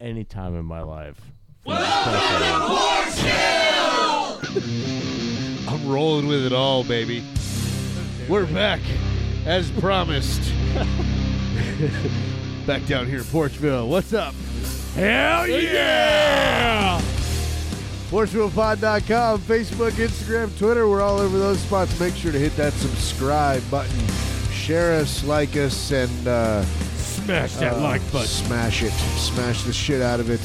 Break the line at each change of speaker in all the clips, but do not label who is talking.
any time in my life.
I'm rolling with it all, baby. We're back, as promised. back down here in Porchville. What's up?
Hell yeah!
PorchvillePod.com, Facebook, Instagram, Twitter. We're all over those spots. Make sure to hit that subscribe button. Share us, like us, and uh,
Smash that
uh,
like button.
Smash it. Smash the shit out of it.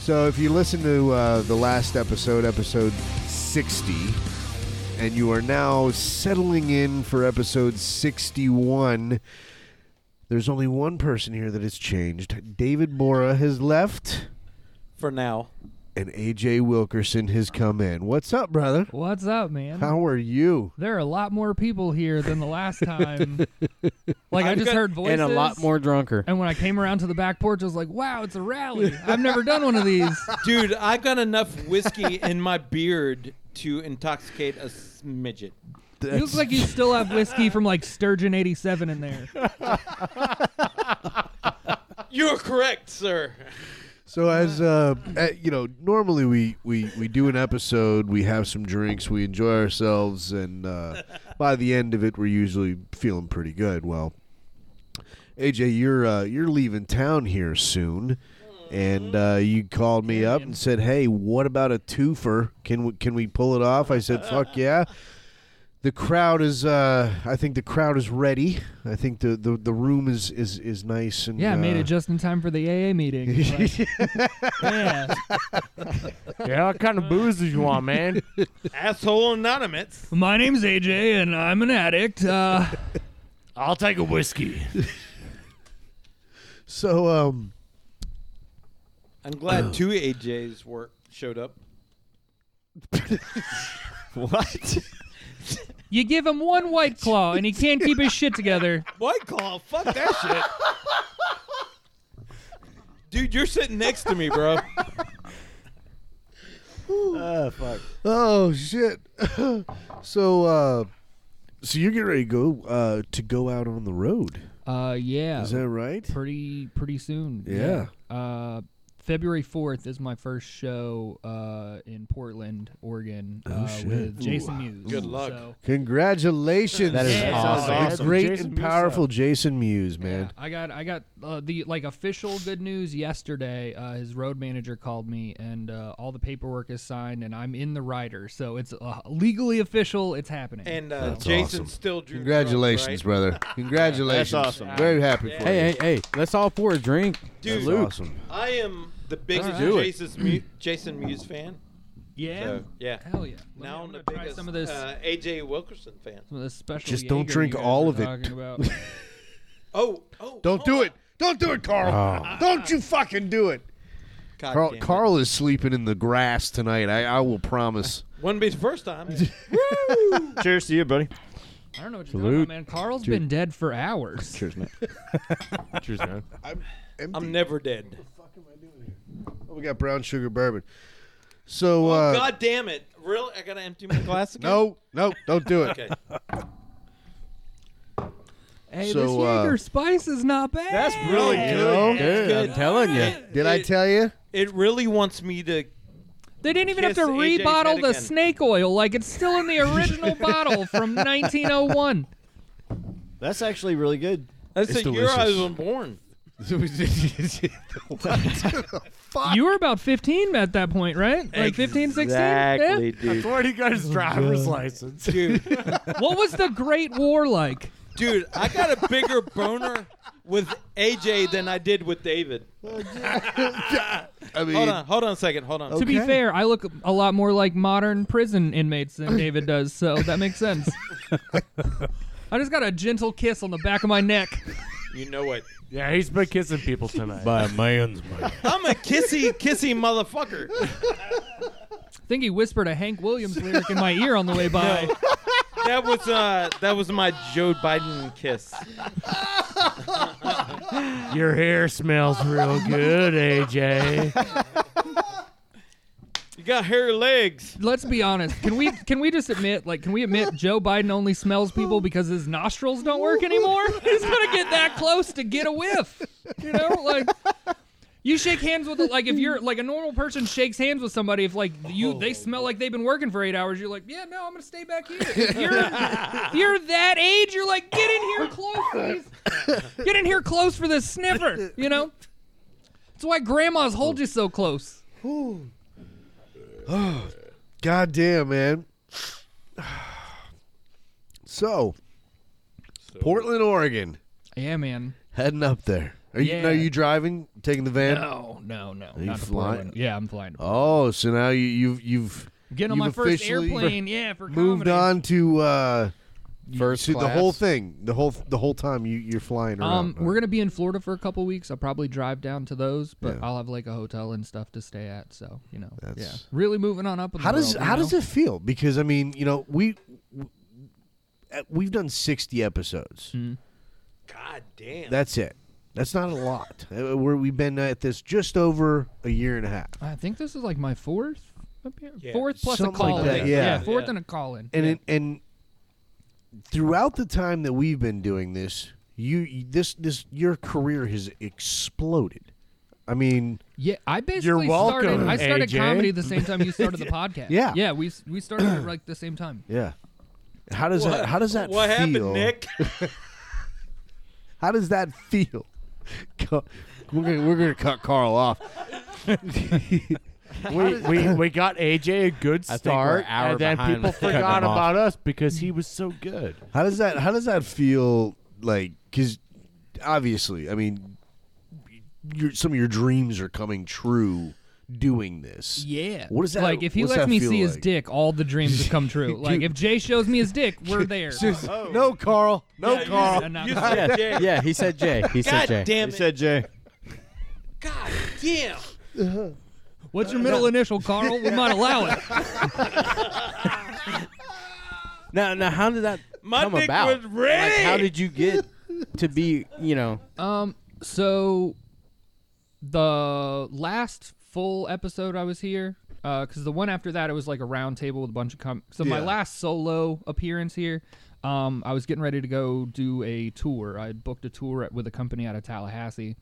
So if you listen to uh, the last episode, episode 60, and you are now settling in for episode 61, there's only one person here that has changed. David Mora has left,
for now.
and AJ Wilkerson has come in. What's up, brother?
What's up, man?
How are you?
There are a lot more people here than the last time. like I
I'm
just
good-
heard voices
and a lot more drunker.
And when I came around to the back porch, I was like, "Wow, it's a rally! I've never done one of these."
Dude, I've got enough whiskey in my beard to intoxicate a midget.
It looks like you still have whiskey from like Sturgeon '87 in there.
You're correct, sir.
So as uh, eh, you know, normally we, we we do an episode, we have some drinks, we enjoy ourselves, and uh, by the end of it, we're usually feeling pretty good. Well, AJ, you're uh, you're leaving town here soon, and uh,
Mm-hmm.
you called me up and said, "Hey, what about a twofer? Can we can we pull it off?" I said, "Fuck yeah." The crowd is. Uh, I think the crowd is ready. I think the, the, the room is, is, is nice and
Yeah, I made
uh,
it just in time for the AA meeting. Like, yeah,
yeah, what kind of booze did you want, man?
Asshole anonymous.
my name's AJ, and I'm an addict. Uh,
I'll take a whiskey.
So um,
I'm glad two AJs were showed up.
what?
you give him one white claw, and he can't keep his shit together.
White Claw, fuck that shit. Dude, you're sitting next to me, bro.
Oh, fuck.
Oh shit! so, uh, so you're getting ready to go uh, to go out on the road?
Uh, yeah.
Is that right?
pretty pretty soon.
Yeah.
Uh, February fourth is my first show uh, in Portland, Oregon, uh,
Oh, shit.
with Jason
Ooh.
Muse.
Good luck.
So,
Congratulations!
That
is Yeah. awesome.
The
Awesome.
Great
Jason
and
Mewes
powerful Jason Muse,
yeah,
man.
I got I got uh, the like official good news yesterday. Uh, his road manager called me, and uh, all the paperwork is signed, and I'm in the rider, so it's uh, legally official. It's happening.
And uh,
That's
Jason
awesome.
still drew.
Congratulations,
blood,
brother! Congratulations!
awesome.
Very happy for you.
Hey, hey, hey, let's all pour a drink.
Dude,
That's awesome.
right? I am the biggest
Let's
do it.
Jason, Mu- Jason Muse fan.
yeah,
So, yeah.
hell yeah. Let me-
Now
I'm
I'm the
gonna try
biggest
some of this.
uh, AJ Wilkerson fan.
some of this special
Just don't
Jaeger
drink
you guys
all
were
of it.
talking about.
Oh, oh.
Don't
oh.
do it! Don't do it, Carl! Don't you fucking do it!
God
Oh. Carl,
damn it.
Carl is sleeping in the grass tonight. I, I will promise.
Wouldn't be the first time.
Cheers to you, buddy.
I don't know what you're talking about,
Salute.
man. Carl's been dead for hours.
Cheers, man.
Cheers, man.
I'm never dead.
Oh, we got brown sugar bourbon. So, uh,
Oh, God damn it. Really? I gotta empty my glass again?
no, no, don't do it.
Okay.
Hey, this
So, uh,
Jaeger spice is not bad.
That's really
You know?
good.
Dude, I'm telling you.
Did I
It-
tell you?
It really wants me to.
They didn't even have
Kiss
to
AJ's
rebottle
head
the
again.
snake oil. Like it's still in the original bottle from 1901.
That's actually really good.
That's
It's
the year I
delicious.
was born.
You were about 15 at that point, right? Like 15, 16?
Exactly, dude.
Before he got his driver's license.
dude.
What was the Great War like?
Dude, I got a bigger boner with AJ than I did with David.
I mean,
Hold on, hold on a second. Hold on.
To be
Okay.
fair, I look a lot more like modern prison inmates than David does, so that makes sense. I just got a gentle kiss on the back of my neck.
You know it.
Yeah, he's been kissing people tonight.
By man's man.
I'm a kissy, kissy motherfucker.
I think he whispered a Hank Williams lyric in my ear on the way by.
That was uh, that was my Joe Biden kiss.
Your hair smells real good, AJ.
You got hairy legs.
let's be honest. Can we can we just admit like can we admit Joe Biden only smells people because his nostrils don't work anymore? He's gonna get that close to get a whiff. You know, like You shake hands with like if you're like a normal person shakes hands with somebody if like you they smell like they've been working for eight hours you're like yeah no I'm gonna stay back here If you're you're that age you're like get in here close please get in here close for this sniffer you know that's why grandmas hold you so close
God damn, man. So, Portland, Oregon,
yeah man
heading up there. Are you now
Yeah.
you driving, taking the van?
no no no
you
not to
flying?
Portland. yeah I'm flying
Oh, so now you, you've you've
getting on
you've
my first
officially
airplane yeah for
moved
comedy.
on to uh, you-
First
to the whole
class.
thing, the whole the whole time you you're flying around.
Um, we're gonna be in Florida for a couple weeks. I'll probably drive down to those, but
Yeah.
I'll have like a hotel and stuff to stay at. So you know, yeah,
That's-
really moving on up. In
How
the
does
world, you
how
know?
does it feel? Because I mean, you know, we w- uh, we've done sixty episodes.
God damn.
That's it. That's not a lot. Uh, We're, we've been at this just over a year and a half,
I think this is like my fourth, up here.
Yeah.
fourth plus a
Something like
call
that,
in.
yeah.
fourth
Yeah.
and a call in.
and it, and throughout the time that we've been doing this, you you- this this your career has exploded. I mean,
yeah, I basically started.
welcome,
I started
AJ.
comedy the same time you started the podcast.
Yeah.
yeah, we s- we started at like the same time.
yeah. How does
What-
that how does that
What
feel?
happened, Nick?
How does that feel? Co- We're gonna, we're gonna cut Carl off.
We, we, we got AJ a good
I think
start,
we're an hour
and then
behind
people
with cutting
forgot
him off.
about us because he was so good.
How does that how does that feel like cuz obviously, I mean your some of your dreams are coming true doing this.
Yeah.
What is that-
Like if he
what's
lets
that
me
feel
see his
like?
dick, all the dreams have come true. Like if Jay shows me his dick, we're there.
Oh.
No, Carl. No,
Yeah, you-
Carl.
And I'm-
You said
Yeah,
Jay.
Oh, yeah, he said Jay. He
God
said Jay.
damn
You
it.
said Jay.
God damn.
What's your middle initial, Carl? We might allow it.
Now, now, how did that
My
come
dick
about?
was ready.
Like, how did you get to be, you know?
Um. So, the last full episode I was here, because the one after that it was like a round table with a bunch of com. So my
Yeah.
last solo appearance here, um, I was getting ready to go do a tour. I had booked a tour at, with a company out of Tallahassee.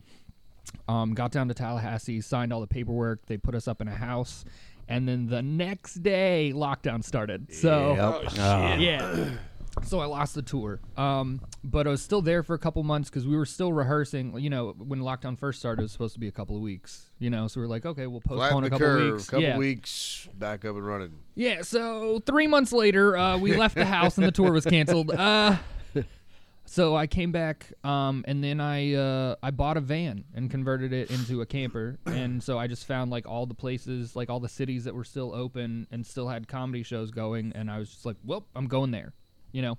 Um, got down to Tallahassee, signed all the paperwork. They put us up in a house, and then the next day lockdown started. So.
Yep.
Oh, shit.
uh, Yeah. So I lost the tour, um, but I was still there for a couple months because we were still rehearsing. You know, when lockdown first started, it was supposed to be a couple of weeks. You know, so we were like, okay, we'll
Flatten
postpone
the
a couple
curve,
weeks.
couple
yeah.
weeks, back up and running.
Yeah, so three months later, uh, we left the house and the tour was canceled. Uh, so I came back, um, and then I uh, I bought a van and converted it into a camper, and so I just found like all the places, like all the cities that were still open and still had comedy shows going, and I was just like, well, I'm going there, you know.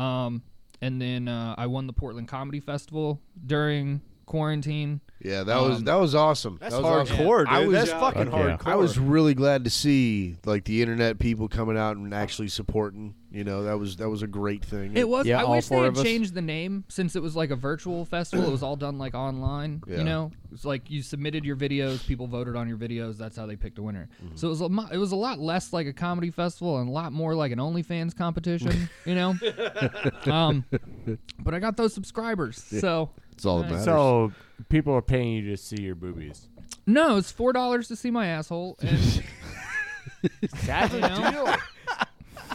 Um, and then uh, I won the Portland Comedy Festival during quarantine.
Yeah, that
Um,
was that was awesome.
That's
that was awesome.
hardcore,
I
dude.
was-
That's fucking
Fuck yeah.
hardcore.
I was really glad to see like the internet people coming out and actually supporting. You know, that was that was a great thing.
It was.
Yeah,
I
all
wish they
four
had
of us.
changed the name since it was like a virtual festival. It was all done like online.
Yeah.
You know, it's like you submitted your videos, people voted on your videos. That's how they picked a winner.
Mm-hmm.
So it was a mo- it was a lot less like a comedy festival and a lot more like an OnlyFans competition. you know, um, but I got those subscribers. So
It's all that matters.
So people are paying you to see your boobies.
no, it's four dollars to see my asshole. And,
That's
you
a
know?
deal.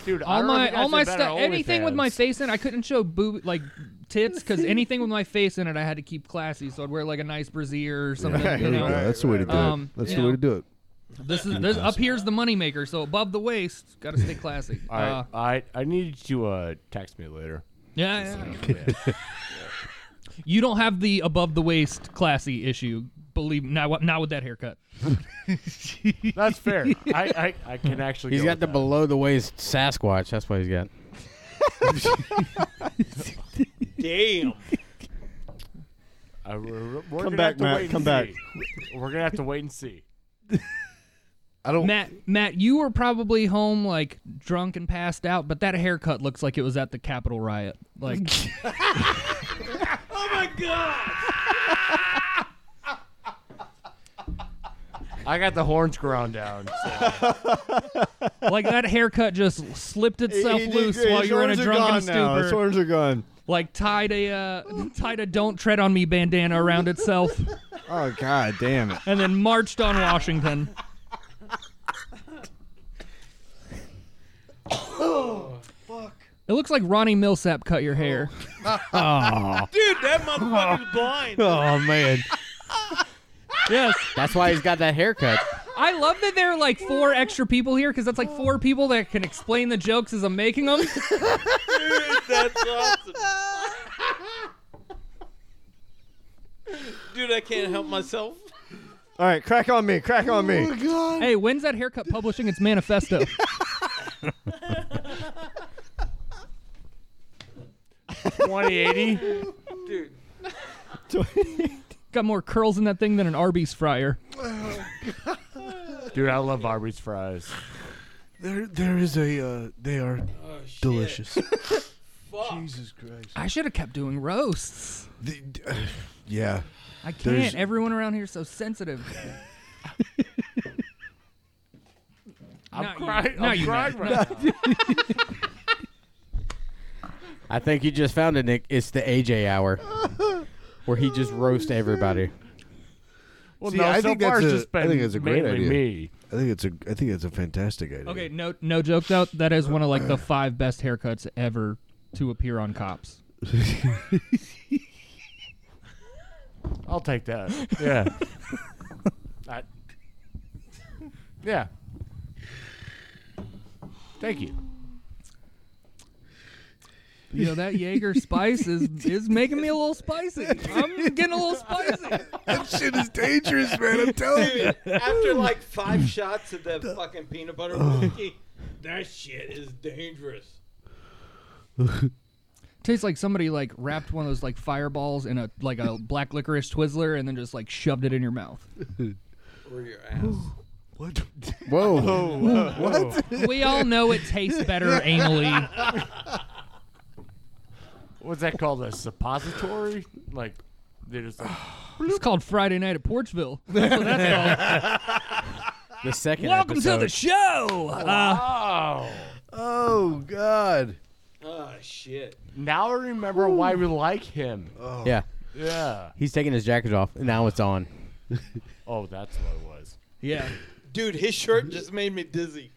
Dude, I
all
don't
my
think I
all
should
my
bet
stuff
on
anything with my
OnlyFans.
face in it, i couldn't show boob like tits because anything with my face in it i had to keep classy so i'd wear like a nice brassiere or something
There
you
you go.
know
That's the way to do
Um,
it. That's
you
the way
know.
to do it.
this is this up here's the moneymaker so above the waist gotta stay classy
All right,
uh,
I I need you to uh, text me later.
yeah, yeah, yeah. you don't have the above the waist classy issue believe not not with that haircut
That's fair. I, I, I can actually.
He's
go
got the
with that.
below the waist Sasquatch. That's what he's got.
Damn.
Uh, we're, we're
Come
gonna
back,
have to
Matt,
wait and
come back.
see. We're gonna have to wait and see.
I don't.
matt matt you were probably home like drunk and passed out but that haircut looks like it was at the capitol riot like
Oh my god.
I got the horns ground down. so-
like that haircut just slipped itself
He did
loose
great.
while
His
you were in a
horns are
drunken
gone now. His
stupor.
horns are gone.
Like tied a uh, tied a "Don't Tread on Me" bandana around itself.
Oh god, damn it!
and then marched on Washington. It looks like Ronnie Millsap cut your hair.
Oh,
Dude, that motherfucker's blind.
oh man.
Yes.
That's why he's got that haircut.
I love that there are like four extra people here because that's like four people that can explain the jokes as I'm making them.
Dude, that's awesome. Dude, I can't help myself.
All right, crack on me, crack on
Oh,
me.
hey, when's that haircut publishing its manifesto?
Twenty eighty.
Dude.
Got more curls in that thing than an Arby's fryer.
Dude, I love Arby's fries.
There, there is a. Uh, they are
Oh, shit.
delicious.
Fuck.
Jesus Christ.
I should have kept doing roasts.
The- d- yeah.
I can't.
There's-
Everyone around here is so sensitive.
I'm
Not you.
crying.
Not
I'm
you,
crying
Matt.
right now.
I think you just found it, Nick. It's the AJ hour, where he just roasts everybody.
Well,
See,
no,
I
so
think
far it's
that's a-
just been
I think that's a great
mainly
idea.
me.
I think it's a. I think it's a fantastic idea.
Okay, no, no joke though. That is one of like the five best haircuts ever to appear on Cops.
I'll take that. Yeah. I, yeah. Thank you.
You know that Jaeger spice is is making me a little spicy. I'm getting a little spicy.
that shit is dangerous, man. I'm telling you.
Dude, after like five shots of that fucking peanut butter whiskey, that shit is dangerous.
Tastes like somebody like wrapped one of those like fireballs in a like a black licorice Twizzler and then just like shoved it in your mouth.
Or your ass.
What?
Whoa.
what?
We all know it tastes better anally.
What's that called? A suppository? Like, they just like,
It's called Friday Night at Porchville. That's what that's called.
The second.
Welcome to the
episode.
show. Uh,
oh.
Oh God.
Oh shit.
Now I remember why we like him.
yeah,
Yeah.
he's taking his jacket off. and Now it's on.
Oh, that's what it was.
yeah.
Dude, his shirt just made me dizzy.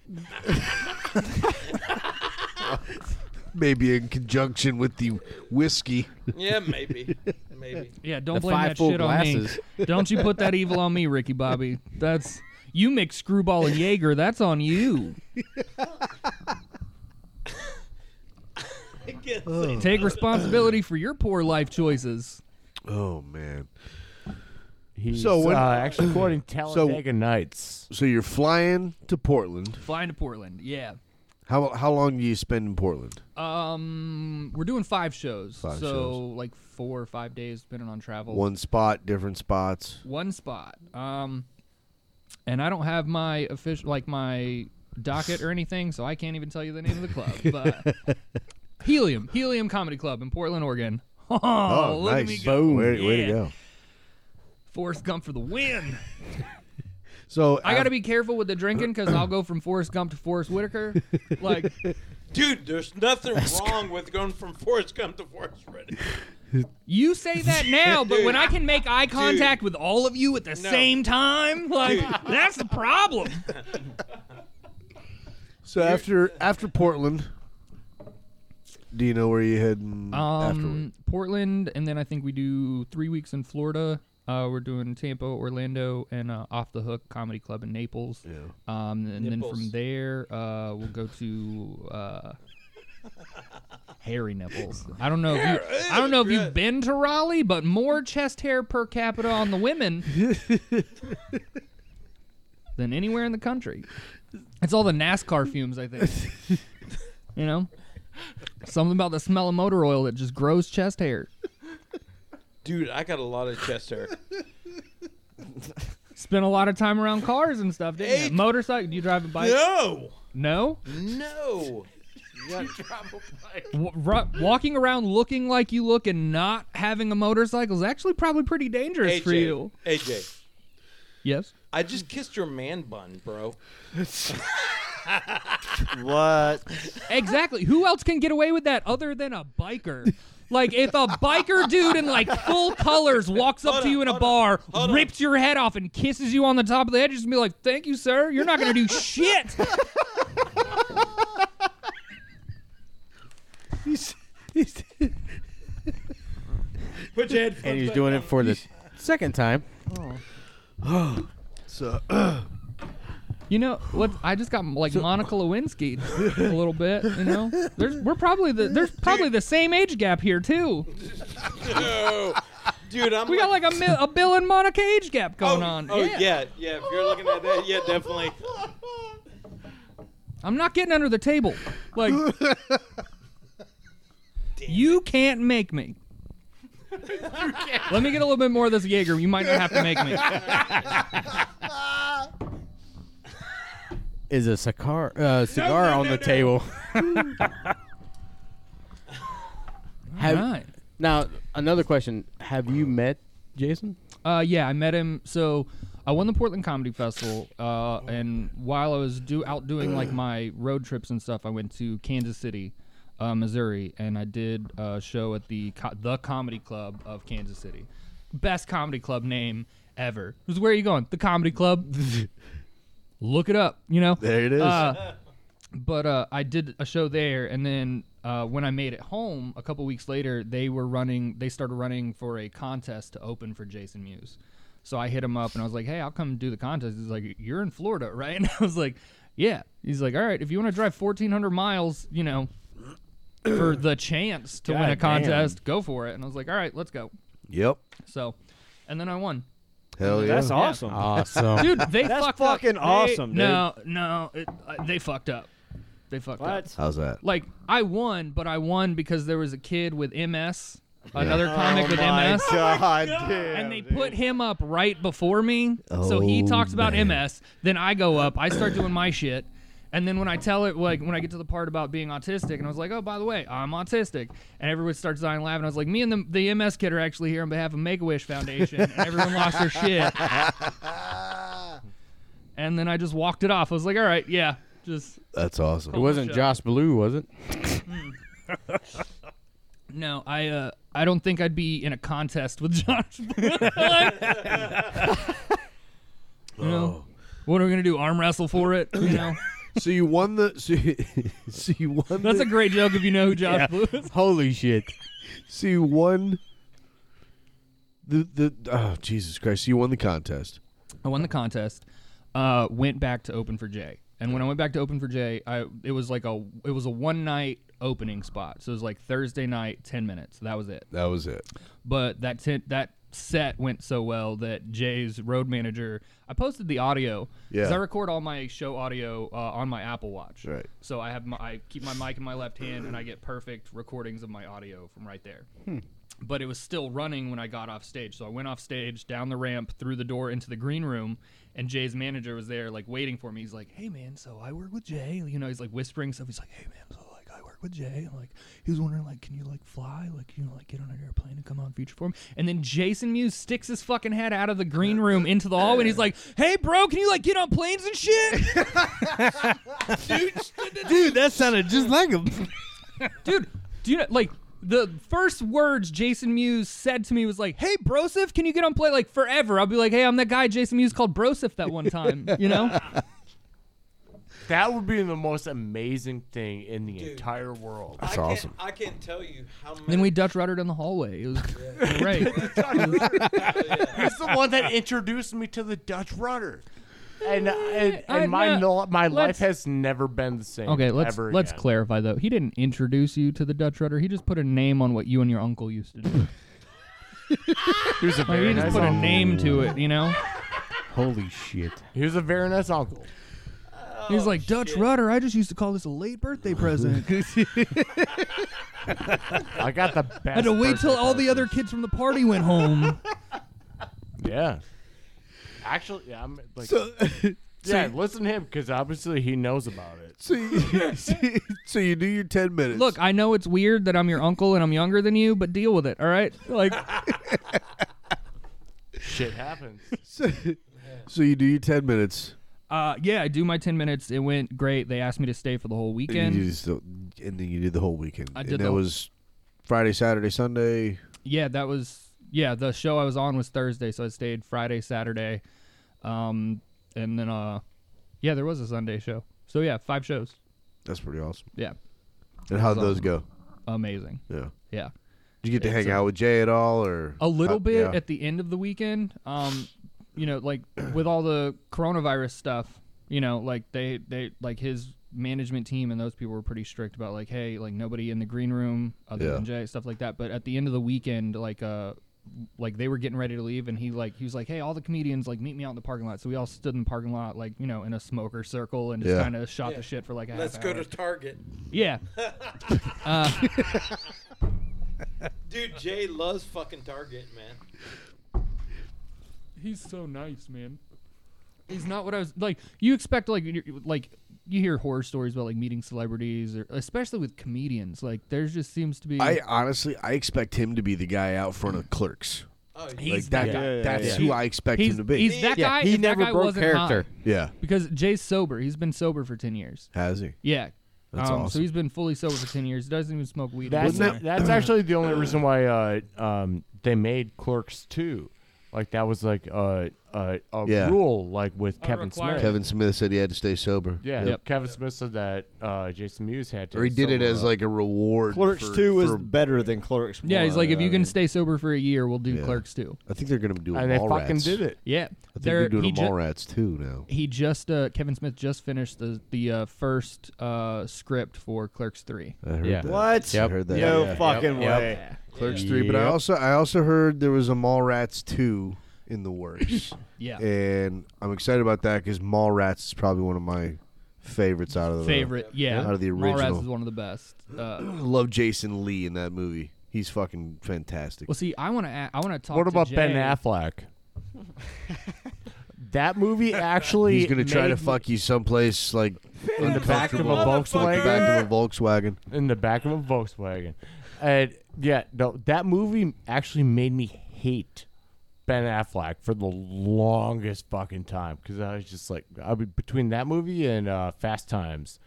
Maybe in conjunction with the whiskey.
Yeah, maybe. Maybe.
Yeah, don't
The
blame
five
that
full
shit
glasses.
on me. Don't you put that evil on me, Ricky Bobby. That's you mix screwball and Jaeger, that's on you.
I can't say that.
Take responsibility for your poor life choices.
Oh man.
He's
So when-
uh, actually quoting Talladega Nights.
So you're flying to Portland.
Flying to Portland, yeah.
How how long do you spend in Portland?
Um, we're doing five shows,
Five
so
shows.
like four or five days, depending on travel.
One spot, different spots.
One spot. Um, and I don't have my official, like my docket or anything, so I can't even tell you the name of the club. But Helium, Helium Comedy Club in Portland, Oregon. Oh,
Oh,
look
nice.
at me go!
Boom. Way, way
Yeah.
to go.
Forrest Gump for the win.
So
I gotta be careful with the drinking because I'll go from Forrest Gump to Forrest Whitaker. Like,
Dude, there's nothing wrong with going from Forrest Gump to Forrest Ready.
you say that now, but when I can make eye contact with all of you at
No.
the same time, like, that's the problem.
So after after Portland, do you know where you heading afterward?
Um, Portland, and then I think we do three weeks in Florida. Uh, we're doing Tampa, Orlando, and uh, Off the Hook Comedy Club in Naples.
Yeah.
Um, and then from
Nipples.
there, uh, we'll go to uh, hairy nipples. I don't know. If you, I don't know if you've been to Raleigh, but more chest hair per capita on the women than anywhere in the country. It's all the NASCAR fumes, I think. you know, something about the smell of motor oil that just grows chest hair.
Dude, I got a lot of chest hair.
Spent a lot of time around cars and stuff, didn't
Hey.
you? Motorcycle? Do you drive a bike?
No!
No.
No!
W- ru- walking around looking like you look and not having a motorcycle is actually probably pretty dangerous
AJ,
for you.
AJ,
Yes.
I just kissed your man bun, bro.
What?
Exactly. Who else can get away with that other than a biker? Like if a biker dude in like full colors walks up
Hold
to
on,
you in a
hold on,
bar,
hold on.
rips your head off, and kisses you on the top of the head, just be like, "Thank you, sir. You're not gonna do shit."
Put your headphones
and he's
back
doing
on.
it for the second time.
So
You know what? I just got like Monica Lewinsky a little bit. You know, there's we're probably the there's probably the same age gap here too.
No. Dude, I'm
We got like a, mil- a Bill and Monica age gap going
oh,
on.
Oh yeah. yeah, If you're looking at that, yeah, definitely.
I'm not getting under the table. Like, you can't make me. Let me get a little bit more of this Jaeger. You might not have to make me.
Is a cigar uh, cigar
no,
on
no,
the
no.
table?
All
have,
right.
Now another question: Have you met Jason?
Uh, yeah, I met him. So I won the Portland Comedy Festival, uh, and while I was do out doing like my road trips and stuff, I went to Kansas City, uh, Missouri, and I did a show at the co- the Comedy Club of Kansas City. Best comedy club name ever. It was where are you going? The Comedy Club. Look it up. You know.
there it is.
Uh, but uh, I did a show there, and then uh, when I made it home a couple weeks later, they were running. They started running for a contest to open for Jason Mewes. So I hit him up and I was like, "Hey, I'll come do the contest." He's like, "You're in Florida, right?" And I was like, "Yeah." He's like, "All right, if you want to drive 1,400 miles, you know, for the chance to win a
God damn.
contest, go for it." And I was like, "All right, let's go."
yep.
So, and then I won.
Hell yeah.
That's awesome.
Uh,
Awesome.
Dude, they
Oh. That's
fucked up.
fucking
They-
awesome, dude.
No, no, it, uh, they fucked up. They fucked up.
What?
How's that?
like I won, but I won because there was a kid with MS, another
Oh
comic with
my
MS,
God,
and they
damn,
put him up right before me. so he
Oh,
talks about
man.
MS, then I go up, I start doing my shit. And then when I tell it, like when I get to the part about being autistic, and I was like, "Oh, by the way, I'm autistic," and everyone starts dying laughing. I was like, "Me and the, the MS kid are actually here on behalf of Make a Wish Foundation," and everyone lost their shit. And then I just walked it off. I was like, "All right, yeah, just
That's
it
awesome.
wasn't
Shut
Josh Blue, was it?
No, I uh, I don't think I'd be in a contest with Josh. Blue. you know, what are we gonna do? Arm wrestle for it? You know,
so you won the. So you, so you won.
that's
the,
a great joke if you know who Josh Blue is.
Holy shit!
so you won. The the oh Jesus Christ! So you won the contest.
I won the contest. Uh, went back to open for Jay, and when I went back to open for Jay, I it was like a it was a one night opening spot. So it was like Thursday night, ten minutes. That was it.
That was it.
but that tent that set went so well that Jay's road manager I posted the audio because
Yeah.
I record all my show audio uh, on my Apple Watch.
Right.
So I have my I keep my mic in my left hand and I get perfect recordings of my audio from right there. But it was still running when I got off stage. So I went off stage, down the ramp, through the door into the green room, and Jay's manager was there, like waiting for me. He's like, "Hey man, so I work with Jay." You know, he's like whispering stuff. He's like, "Hey man, so like I work with Jay." I'm like, he was wondering like, can you like fly? Like, you know, like get on an airplane and come on feature form. And then Jason Mewes sticks his fucking head out of the green room into the hallway, and he's like, "Hey bro, can you like get on planes and shit?"
Dude, that sounded just like him.
dude. Do you know like the first words Jason Mewes said to me was like, "Hey, Brosif, can you get on play like forever?" I'll be like, "Hey, I'm that guy Jason Mewes called Brosif that one time," you know?
That would be the most amazing thing in the entire world.
That's I
awesome.
Can't, I can't tell you how many.
then we Dutch ruddered in the hallway. It was great.
He's the one that introduced me to the Dutch rudder. And, and,
I-
and my,
no,
no, my life
let's-
has never been the same.
Okay, let's
ever
let's
again.
clarify though. He didn't introduce you to the Dutch rudder. He just put a name on what you and your uncle used to do.
He was a
Like,
very
he Oh, just
nice
put a
uncle.
name to it, you know?
Holy shit!
He was a very nice uncle. Oh,
He's like Dutch rudder. I just used to call this a late birthday present.
I got the best.
I had to wait till
birthday
all the
present.
other kids from the party went home.
Yeah. Actually, yeah, I'm like.
So
yeah, listen to him because obviously he knows about it.
so you, so you do your ten minutes.
Look, I know it's weird that I'm your uncle and I'm younger than you, but deal with it, all right? Like,
Shit happens.
So, so you do your ten minutes.
uh, yeah, I do my 10 minutes. It went great. They asked me to stay for the whole
And
weekend.
you just, and then you did the whole weekend.
I
and
did the
that
whole-
was Friday, Saturday, Sunday.
Yeah, that was yeah. The show I was on was Thursday, so I stayed Friday, Saturday, um, and then uh, yeah, there was a Sunday show. So yeah, five shows.
That's pretty awesome.
Yeah,
And how'd
That's
those
awesome.
go?
amazing.
Yeah.
Yeah, Oh,
Did you get to
It's
hang
a-
out with Jay at all, or
a little
Uh,
bit
yeah.
at the end of the weekend. Um, you know, like with all the coronavirus stuff, you know, like they they like his management team and those people were pretty strict about like, hey, like nobody in the green room other
Yeah.
than Jay, stuff like that. But at the end of the weekend, like uh like they were getting ready to leave and he like he was like hey all the comedians like meet me out in the parking lot so we all stood in the parking lot like you know in a smoker circle and just
Yeah.
kind of shot
Yeah.
the shit for like a
Let's
half
go to
hour.
Target.
yeah
Dude, Jay loves fucking Target, man.
He's so nice, man. He's not what I was like. You expect like you're- like you hear horror stories about like meeting celebrities, or especially with comedians. Like there just seems to be.
I honestly, I expect him to be the guy out front of clerks.
Oh,
Like
He's
that. guy-
that
guy.
that's
Yeah, yeah,
who
yeah.
I expect
he's,
him to be.
he's that
Yeah,
guy.
he
if that
never
guy
broke
wasn't
character.
hot-
yeah.
because Jay's sober. He's been sober for ten years.
Has he?
Yeah,
That's
um, So
awesome.
he's been fully sober for ten years. Doesn't even smoke weed.
That's
anymore.
that's actually the only reason why uh, um, they made Clerks two. Like that was like a a, a
Yeah.
rule, like with Kevin
requirement.
Smith.
Kevin Smith said he had to stay sober.
yeah,
Yep.
Kevin Smith said that uh, Jason Mewes had to. uh,
Or he did it
sober
as
up.
like a reward.
Clerks
for-
two is
for-
better than Clerks.
yeah, he's
one,
like if
I
you can
mean.
stay sober for a year, we'll do
Yeah.
clerks too.
I think they're going to do a
and they
Mallrats.
fucking did it.
Yeah,
I think
There-
they're doing
he
a
ju-
Mallrats too now.
he just uh, Kevin Smith just finished the the uh, first uh, script for Clerks three.
I heard
Yeah.
that.
What?
I heard that.
No
Yeah.
fucking
Yep.
way.
Clerks three, but I
Yep.
also I also heard there was a Mallrats two in the works,
Yeah,
and I'm excited about that because Mallrats is probably one of my favorites out of the
favorite. Yeah,
Out of the
Mallrats
original.
is one of the best. Uh,
I love Jason Lee in that movie. He's fucking fantastic.
well, see, I want to I want to talk.
What
to
about
Jay.
Ben Affleck? that movie actually.
He's gonna try
made
to
me-
fuck you someplace like
in the back of a
uncomfortable.
Volkswagen.
back of a Volkswagen.
in the back of a Volkswagen. And yeah, no, that movie actually made me hate Ben Affleck for the longest fucking time because I was just like, I would between that movie and uh, Fast Times.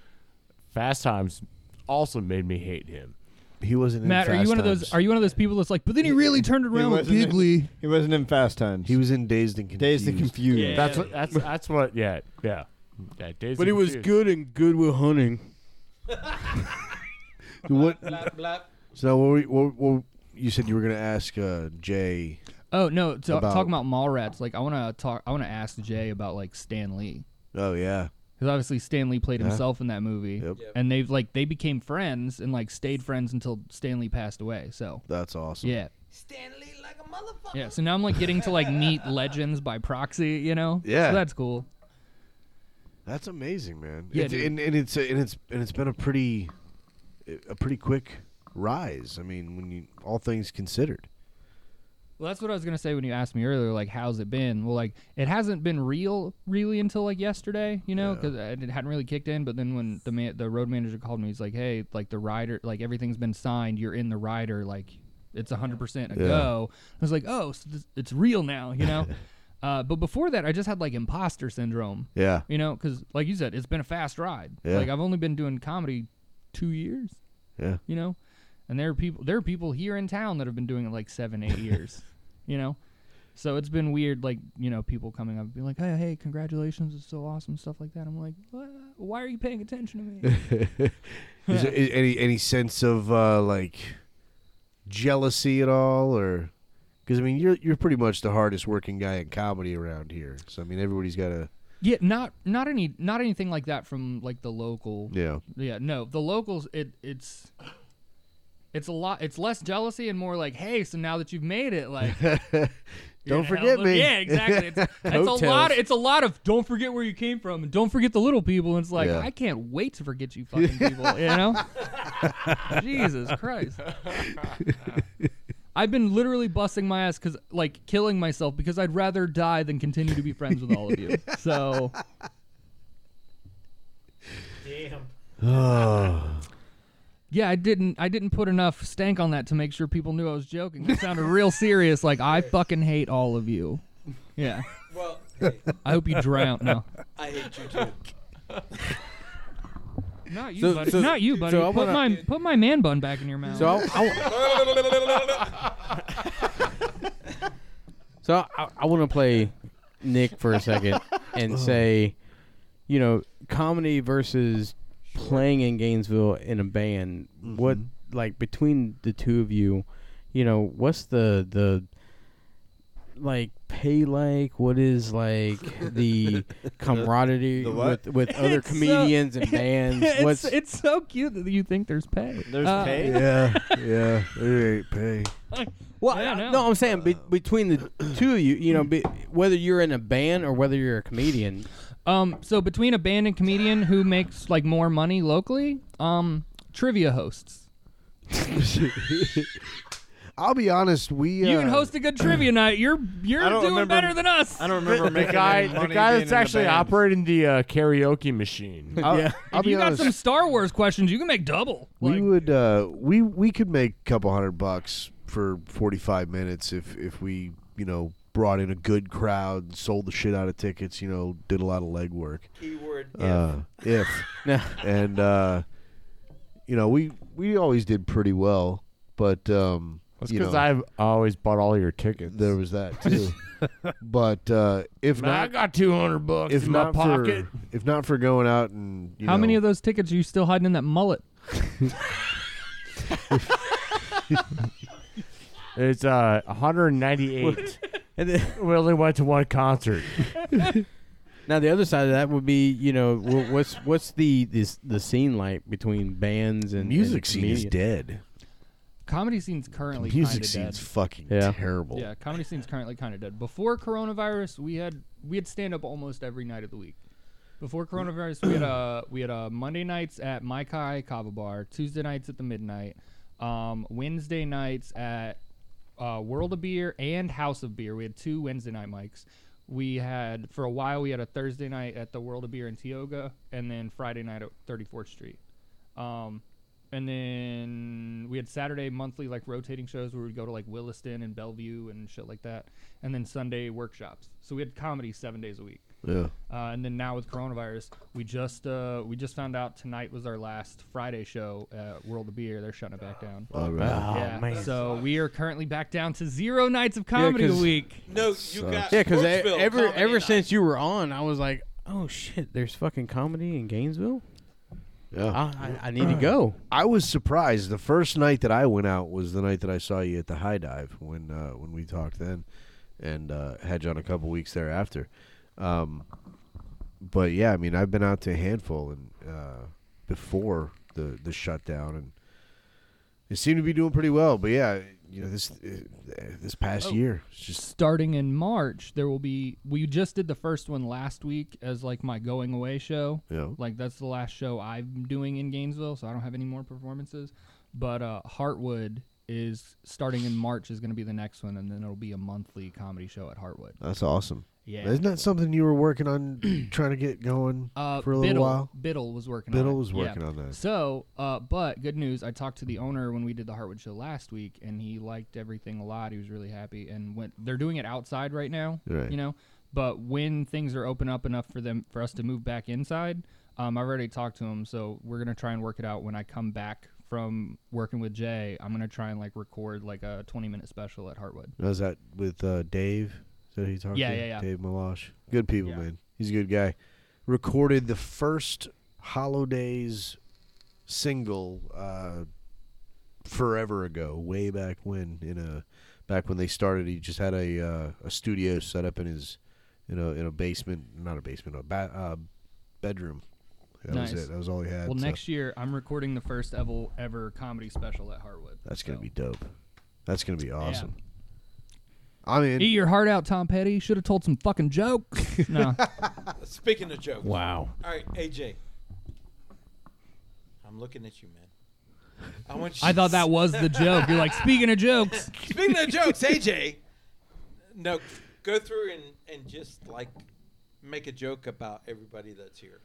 Fast Times also made me hate him.
He wasn't.
Matt,
in
are you
Fast
one of those?
Times.
Are you one of those people that's like? But then he really turned around with
wasn't in-
Giggly.
He wasn't in Fast Times.
He was in Dazed and Confused.
Dazed and Confused.
Yeah.
That's what. That's that's what. Yeah, yeah. yeah Dazed and
But he was
Confused.
good in Goodwill Hunting.
What?
Blap, blap.
So now what, were, you- what, what you said you were gonna ask uh, Jay?
Oh no, so
About-
talking about Mallrats. Like I want to talk. I want to ask Jay about like Stan Lee
Oh yeah,
because obviously Stan Lee played himself in that movie,
Yep.
Yep.
and they've like they became friends and like stayed friends until Stan Lee passed away. So
that's awesome.
yeah.
Stanley like a motherfucker.
Yeah, so now I'm like getting to like meet legends by proxy, you know.
Yeah.
so that's cool.
That's amazing, man.
Yeah,
It's-
dude.
and, and it's and it's and it's been a pretty a pretty quick rise. I mean, when you all things considered,
Well, that's what I was gonna say when you asked me earlier. Like, how's it been? Well, like it hasn't been real, really, until like yesterday. You know, because it hadn't really kicked in. But then when the man, the road manager called me, he's like, "Hey, like the rider, like everything's been signed. You're in the rider. Like it's hundred percent a
Yeah.
go." I was like, "Oh, so this, it's real now." You know. uh, but before that, I just had like imposter syndrome.
yeah,
You know, because like you said, it's been a fast ride.
Yeah.
Like I've only been doing comedy two years.
yeah,
You know, and there are people there are people here in town that have been doing it like seven, eight years. You know, so it's been weird. Like you know, people coming up and being like, "Hey, hey, congratulations! It's so awesome!" Stuff like that. I'm like, "Wha- "Why are you paying attention to me?"
Is there a- any any sense of uh, like jealousy at all, or because I mean you're you're pretty much the hardest working guy in comedy around here. So I mean everybody's got to
yeah, not not any not anything like that from like the local.
yeah
Yeah, no, the locals. It it's. It's a lot. It's less jealousy and more like, hey, so now that you've made it, like,
Don't
Yeah,
forget
look-
me.
Yeah, exactly. It's, it's a lot. It's a lot of don't forget where you came from and don't forget the little people. And it's like
Yeah.
I can't wait to forget you fucking people. You know? Jesus Christ. I've been literally busting my ass because, like, killing myself because I'd rather die than continue to be friends with all of you. So,
Damn.
yeah, I didn't. I didn't put enough stank on that to make sure people knew I was joking. It sounded real serious. Like I fucking hate all of you. Yeah.
Well, hey,
I hope you drown. No.
I hate you too.
Not you,
So-
buddy.
so-
Not you, buddy.
so I
put
wanna-
my put my man bun back in your mouth.
So I, I, so I, I want to play Nick for a second and say, you know, comedy versus playing in Gainesville in a band. What like between the two of you, you know, what's the the like pay like what is like the camaraderie
the what?
with with other
It's so-
comedians and bands
it's,
what's
it's so cute that you think there's pay.
There's
Uh,
pay.
yeah, yeah. There ain't pay.
Well,
Yeah,
I-
no.
no, I'm saying be, between the two of you, you know, be, whether you're in a band or whether you're a comedian,
Um, so between a band and comedian who makes like more money locally, um, trivia hosts.
I'll be honest. We uh,
You can host a good trivia night. You're you're
I don't
doing
remember-
better than us.
I don't remember
The
making
guy,
any
the
money
guy
being
that's
in a
actually
band.
operating the uh, karaoke machine.
I'll,
Yeah.
I'll
if
be
you got
honest.
some Star Wars questions, you can make double.
we
Like,
would. Uh, we we could make a couple hundred bucks for forty five minutes if if we you know brought in a good crowd, sold the shit out of tickets. You know, did a lot of legwork.
Keyword.
Uh, if
No.
and uh, you know we we always did pretty well, but um,
That's
you
because
know,
I've always bought all your tickets.
there was that too. but uh, if
Man, I
not,
got two hundred bucks
if
in my
not
pocket.
for if not for going out and you
how many
know,
of those tickets are you still hiding in that mullet?
It's uh, one hundred and ninety-eight.
and then,
we only went to one concert.
now the other side of that would be, you know, wh- what's what's the this the scene like between bands and
music
and
scene is
comedians?
dead.
Comedy scene's currently
music
kinda
scene's
dead.
fucking
Yeah.
terrible.
Yeah, comedy scene's currently kind of dead. Before coronavirus, we had we had stand up almost every night of the week. Before coronavirus, we had uh we had uh Monday nights at Mai Kai Kava Bar, Tuesday nights at the Midnight, um, Wednesday nights at uh, World of Beer and House of Beer. We had two Wednesday night mics. We had for a while we had a Thursday night at the World of Beer in Tioga, and then Friday night at 34th Street. Um, and then we had Saturday monthly like rotating shows where we'd go to like Williston and Bellevue and shit like that. And then Sunday workshops. So we had comedy seven days a week.
Yeah.
Uh, and then now with coronavirus, we just uh, we just found out tonight was our last Friday show at World of Beer. They're shutting it back down.
All right.
Oh,
yeah.
man.
So we are currently back down to zero nights of comedy a
'cause-
week.
No, you got.
yeah,
e-
because
Brooksville
ever
Comedy
ever
Night.
since you were on, I was like, oh shit, there's fucking comedy in Gainesville.
Yeah.
I, I, I need to go.
I was surprised. The first night that I went out was the night that I saw you at the high dive when uh, when we talked then, and uh, had you on a couple weeks thereafter. Um, but yeah, I mean, I've been out to a handful and uh, before the the shutdown, and it seemed to be doing pretty well. But yeah, you know this uh, this past
Oh.
year, it's just
starting in March, there will be. We just did the first one last week as like my going away show.
Yeah.
Like that's the last show I'm doing in Gainesville, so I don't have any more performances. But uh, Heartwood is starting in March is going to be the next one, and then it'll be a monthly comedy show at Heartwood.
that's awesome.
Yeah.
isn't that something you were working on trying to get going
Uh,
for a
Biddle,
little while?
Biddle was working. on
Biddle
it.
was
Yeah.
working on that.
So, uh, but good news. I talked to the owner when we did the Heartwood show last week, and he liked everything a lot. He was really happy, and went. They're doing it outside right now.
Right.
You know, but when things are open up enough for them for us to move back inside, um, I've already talked to him, so we're gonna try and work it out when I come back from working with Jay. I'm gonna try and like record like a 20 minute special at Heartwood.
Was that with uh, Dave? Is that who you talked
Yeah,
to?
yeah, yeah.
Dave Malosh. Good people,
Yeah.
man. He's a good guy. Recorded the first Holidays single uh, forever ago, way back when. In a back when they started, he just had a uh, a studio set up in his in a in a basement, not a basement, a ba- uh, bedroom. That was
Nice.
it. That was all he had.
Well,
so
next year I'm recording the first ever ever comedy special at Heartwood.
that's gonna
so.
be dope. That's gonna be awesome. I'm in.
Eat your heart out, Tom Petty. Should have told some fucking jokes. no.
Speaking of jokes.
Wow.
All right, AJ. I'm looking at you, man. I want you.
I thought that was the joke. You're like, speaking of jokes.
Speaking of jokes, AJ. No, go through and and just like make a joke about everybody that's here.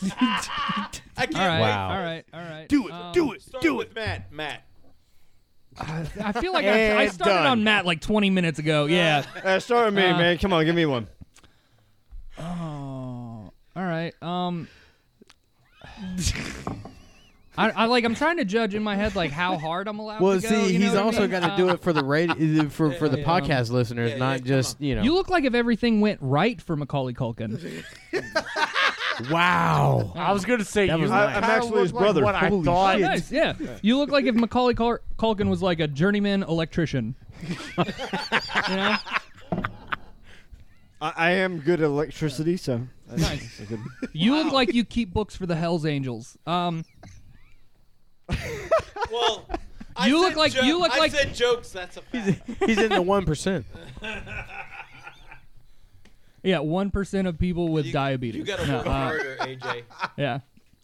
I can't
All right.
wait.
All right. All right.
do it.
Um,
do it.
Start
Do it.
with Matt. Matt.
I feel like I, I
And
started
done.
on Matt like 20 minutes ago. Yeah.
Uh, start with me,
Uh,
man. Come on, give me one.
Oh. All right. Um. I, I like. I'm trying to judge in my head like how hard I'm allowed.
Well,
to go,
see,
you know
he's
what I
also
mean? um,
got to
Uh,
do it for the radio, for for the podcast listeners,
Yeah, yeah,
not
come
just you know.
You look like if everything went right for Macaulay Culkin.
wow.
I was gonna say you.
nice. I'm
kinda
actually
look
his
like
brother.
what I
Holy
thought.
shit.
nice, yeah. You look like if Macaulay Cul- Culkin was like a journeyman electrician. you know?
I, I am good at electricity, so that's
Nice.
a good.
You look like you keep books for the Hell's Angels. Um,
Well, I
You
said
look like-
jo-
you look
I
like-
said jokes. That's a fact.
He's in the one percent.
yeah, one percent of people with
You-
diabetes.
You got to
No,
work
uh,
harder, AJ.
Yeah.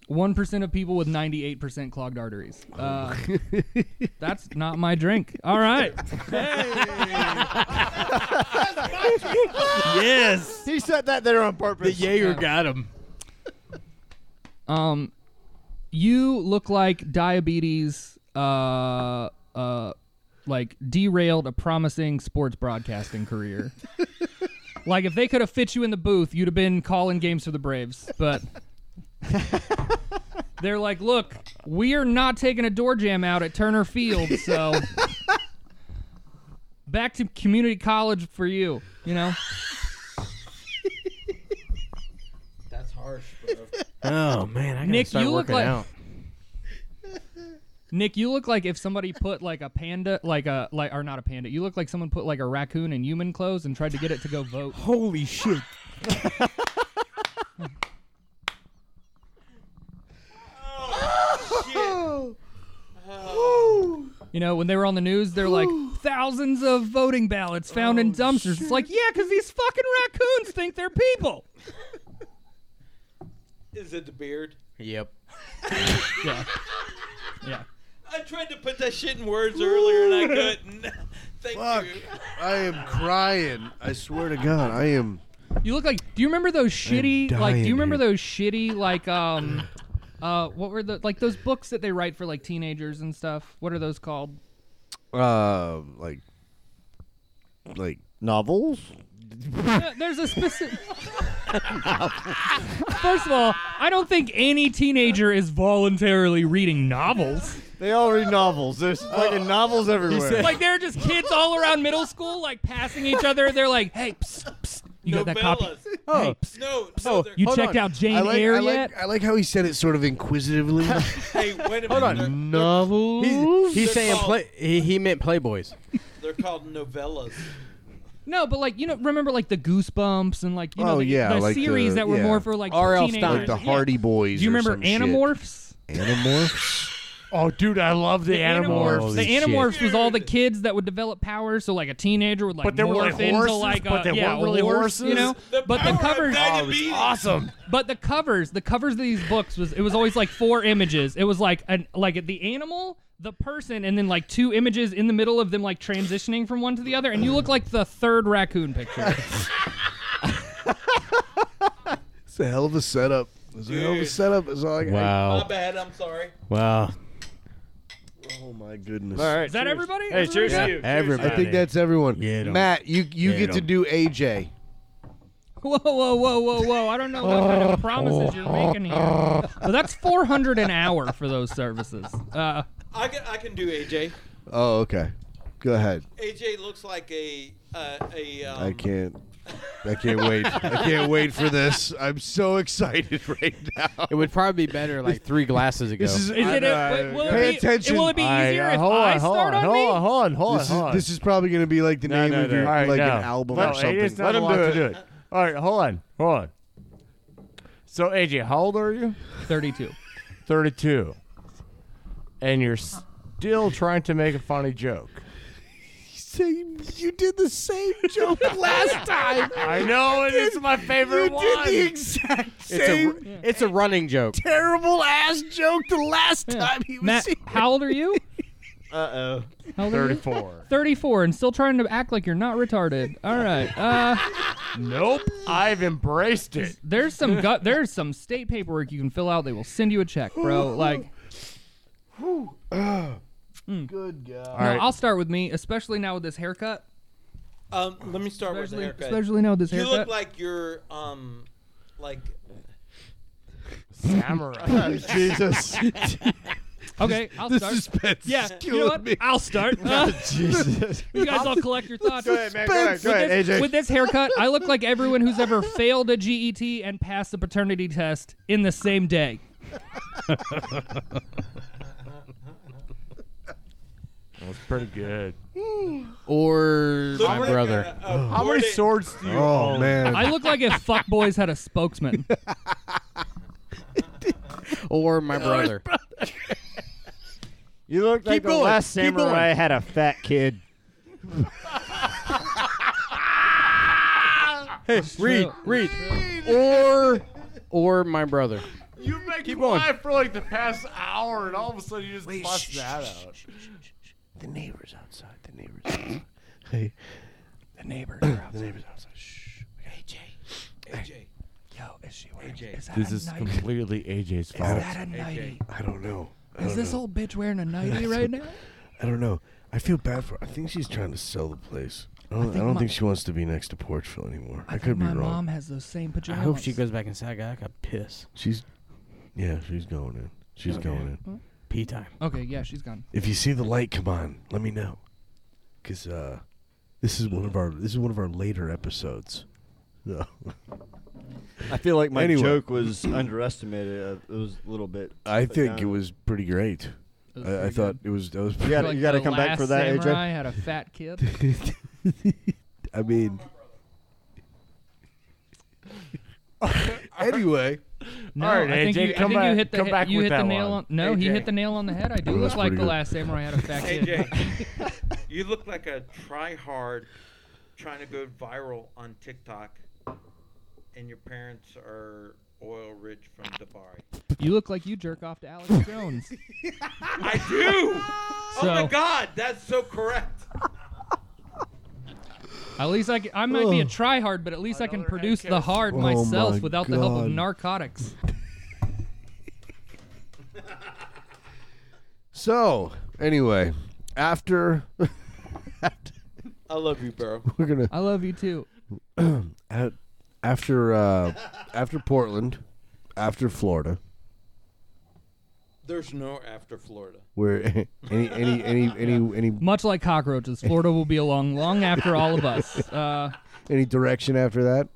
One percent of people with ninety-eight percent clogged arteries. Uh, that's not my drink. All right.
yes.
He said that there on purpose.
Jaeger got him.
Um, you look like diabetes. Uh, uh, like derailed a promising sports broadcasting career. like if they could have fit you in the booth, you'd have been calling games for the Braves. But they're like, look, we are not taking a door jam out at Turner Field, so. Back to community college for you, you know?
That's harsh, bro.
Oh man, I gotta
Nick,
start
you look
working
like-
out.
Nick, you look like if somebody put like a panda, like a like or not a panda. You look like someone put like a raccoon in human clothes and tried to get it to go vote.
Holy shit!
You know, when they were on the news, they're like thousands of voting ballots found
Oh,
in dumpsters. It's like, yeah, because these fucking raccoons think they're people.
Is it the beard?
Yep.
Yeah, yeah.
I tried to put that shit in words earlier and I couldn't. Thank
Fuck.
you.
I am crying. I swear to God, I am.
You look like. Do you remember those shitty? Like, do
dying
you remember
here.
those shitty? Like, um, uh, what were the like those books that they write for like teenagers and stuff? What are those called?
Um, like, like
Novels?
Uh, There's a specific. First of all, I don't think any teenager is voluntarily reading novels.
They all read novels. There's fucking novels everywhere.
Like there are just kids all around middle school, like passing each other. They're like, "Hey, psst, psst, you got that copy?
Novellas.
Hey, psst,
No, no.
Oh,
they're-
you
Hold
checked
on.
out Jane
I like,
Eyre
I
yet?
like, I like how he said it sort of inquisitively.
hey, wait a minute. Hold on.
Novel.
He's,
They're
he's saying
called-
play. He, he meant Playboys.
They're, they're called novellas.
no, but like you know, remember like the Goosebumps and like you know
Oh,
the,
yeah,
the
like
series
the-
that were
yeah.
more for like
R.L.
teenagers.
Stein.
like the
Yeah.
Hardy Boys.
Do you
or
remember
some shit.
Animorphs?
Animorphs.
Oh, dude, I love the, animals.
The
Holy shit.
Animorphs was all the kids that would develop powers. So like a teenager would like
But they were
morph
like
into
horses,
like a,
but they
yeah,
weren't
a
really
horse,
horses.
you know.
The
but
power
the Oh,
of
covers,
diabetes.
Awesome.
but the covers, the covers of these books was it was always like four images. It was like an like the animal, the person, and then like two images in the middle of them like transitioning from one to the other. And you look like the third raccoon picture.
It's a hell of a setup. It's a hell of a
Dude.
setup. It's all I got.
My
Wow.
bad. I'm sorry.
Wow.
Oh my goodness.
all right.
Is that
cheers.
everybody?
Hey,
Is that
cheers to
everybody?
you.
Everybody.
I think that's everyone.
Yeah, don't-
Matt, you you
yeah,
get to
don't.
do AJ.
Whoa, whoa, whoa, whoa, whoa! I don't know what kind of promises you're making here. But that's four hundred an hour for those services. Uh,
I can, I can do AJ.
Oh, okay. Go ahead.
AJ looks like a uh, a. Um,
I can't. I can't wait. I can't wait for this. I'm so excited right now.
It would probably be better like three glasses ago.
This is.
is it?
I-
will
pay
it be,
attention.
Will it be
All right,
easier
uh,
if
hold
I
on, hold
start
on,
on,
hold
me?
on, hold on, hold on,
This
hold on.
is, this is probably going to be like the name of your
All right,
like
no.
an album or
No, It is
something.
not
Let him
allowed
do
to
it.
do it. All right, hold on, hold on. So, AJ, how old are you?
Thirty-two.
32. And you're still trying to make a funny joke.
Same- you did the same joke last time.
I know, and it's my favorite
You
one.
did the exact
it's
same
a it's a running joke.
terrible ass joke the last time he was
Matt,
here.
how old are you?
Uh-oh.
How old are you?
34.
34 and still trying to act like you're not retarded. All right. Uh,
nope, I've embraced it.
there's some gut. There's some state paperwork you can fill out. They will send you a check, bro. Like,
All
no,
right,
I'll start with me, especially now with this haircut.
Um, let me start with the
Especially,
haircut.
especially now with this
you
haircut.
look like you're um, like
Samurai.
Jesus.
Okay, I'll start.
suspense
yeah,
is
you know
killing
what?
me.
I'll start. Uh,
Jesus.
you guys all collect your thoughts.
Go ahead, man. Go ahead. Go ahead,
with, this,
AJ.
with this haircut, I look like everyone who's ever failed a GET and passed the paternity test in the same day.
That's pretty good.
Or
Look,
my
we're
brother.
gonna abort
How many
it.
swords do you
Oh
own?
man,
I look like if fuckboys had a spokesman.
Or my brother.
You look like the
going,
last
keep going.
samurai had a fat kid.
Hey, read, read. Or or my brother.
You've been Keep
going.
quiet for like the past hour, and all of a sudden you just bust that out.
the neighbors outside. The neighbors. outside. hey, the neighbors. Are outside. the neighbors outside. Shh. AJ.
AJ,
Yo, is she wearing?
AJ,
that
This is completely AJ's fault.
a
AJ.
I don't know. I
Is
don't
this
know.
old bitch wearing a nightie right now?
I don't know. I feel bad for. I think she's trying to sell the place. I don't. I,
think
don't
my-
think she wants to be next to Porchville anymore. I,
I
could
think
be
my
wrong.
mom has those same
I
pajamas.
hope she goes back inside. I got piss.
She's. Yeah, she's going in. She's going in.
Pee time.
Okay, yeah, she's gone.
If you see the light, come on, let me know. Cause uh, this is one of our this is one of our later episodes. No.
I feel like my
Anyway.
joke was underestimated. Uh, it was a little bit.
I
put
think
down.
it was pretty great.
That was
I, I
pretty
thought
good.
it was. That was.
You got
Like
you got to
the
come back
last
for that,
samurai
AJ.
had a fat kid.
I mean. anyway,
No,
All right,
I think,
AJ,
you, I
come
think you
back-
hit the
come
he-
back
you
with
hit the
that
nail
one.
on. No, he
AJ.
hit the nail on the head. I do
Well,
look
that's
like
pretty
the
good.
last samurai had a fat kid.
AJ, you look like a try-hard trying to go viral on TikTok, and your parents are oil-rich from Dubai.
You look like you jerk off to Alex Jones.
I do. oh my
So-
God, that's so correct.
At least I, c- I might be a try hard, but at least I can produce the hard
Oh
myself
my
without the help of
God.
narcotics.
so anyway, after
I love you, bro.
we're gonna
I love you too.
at, after uh, after Portland, after Florida,
There's no after Florida.
where any any any any any
Much like cockroaches, Florida will be along long after all of us. Uh,
any direction after that.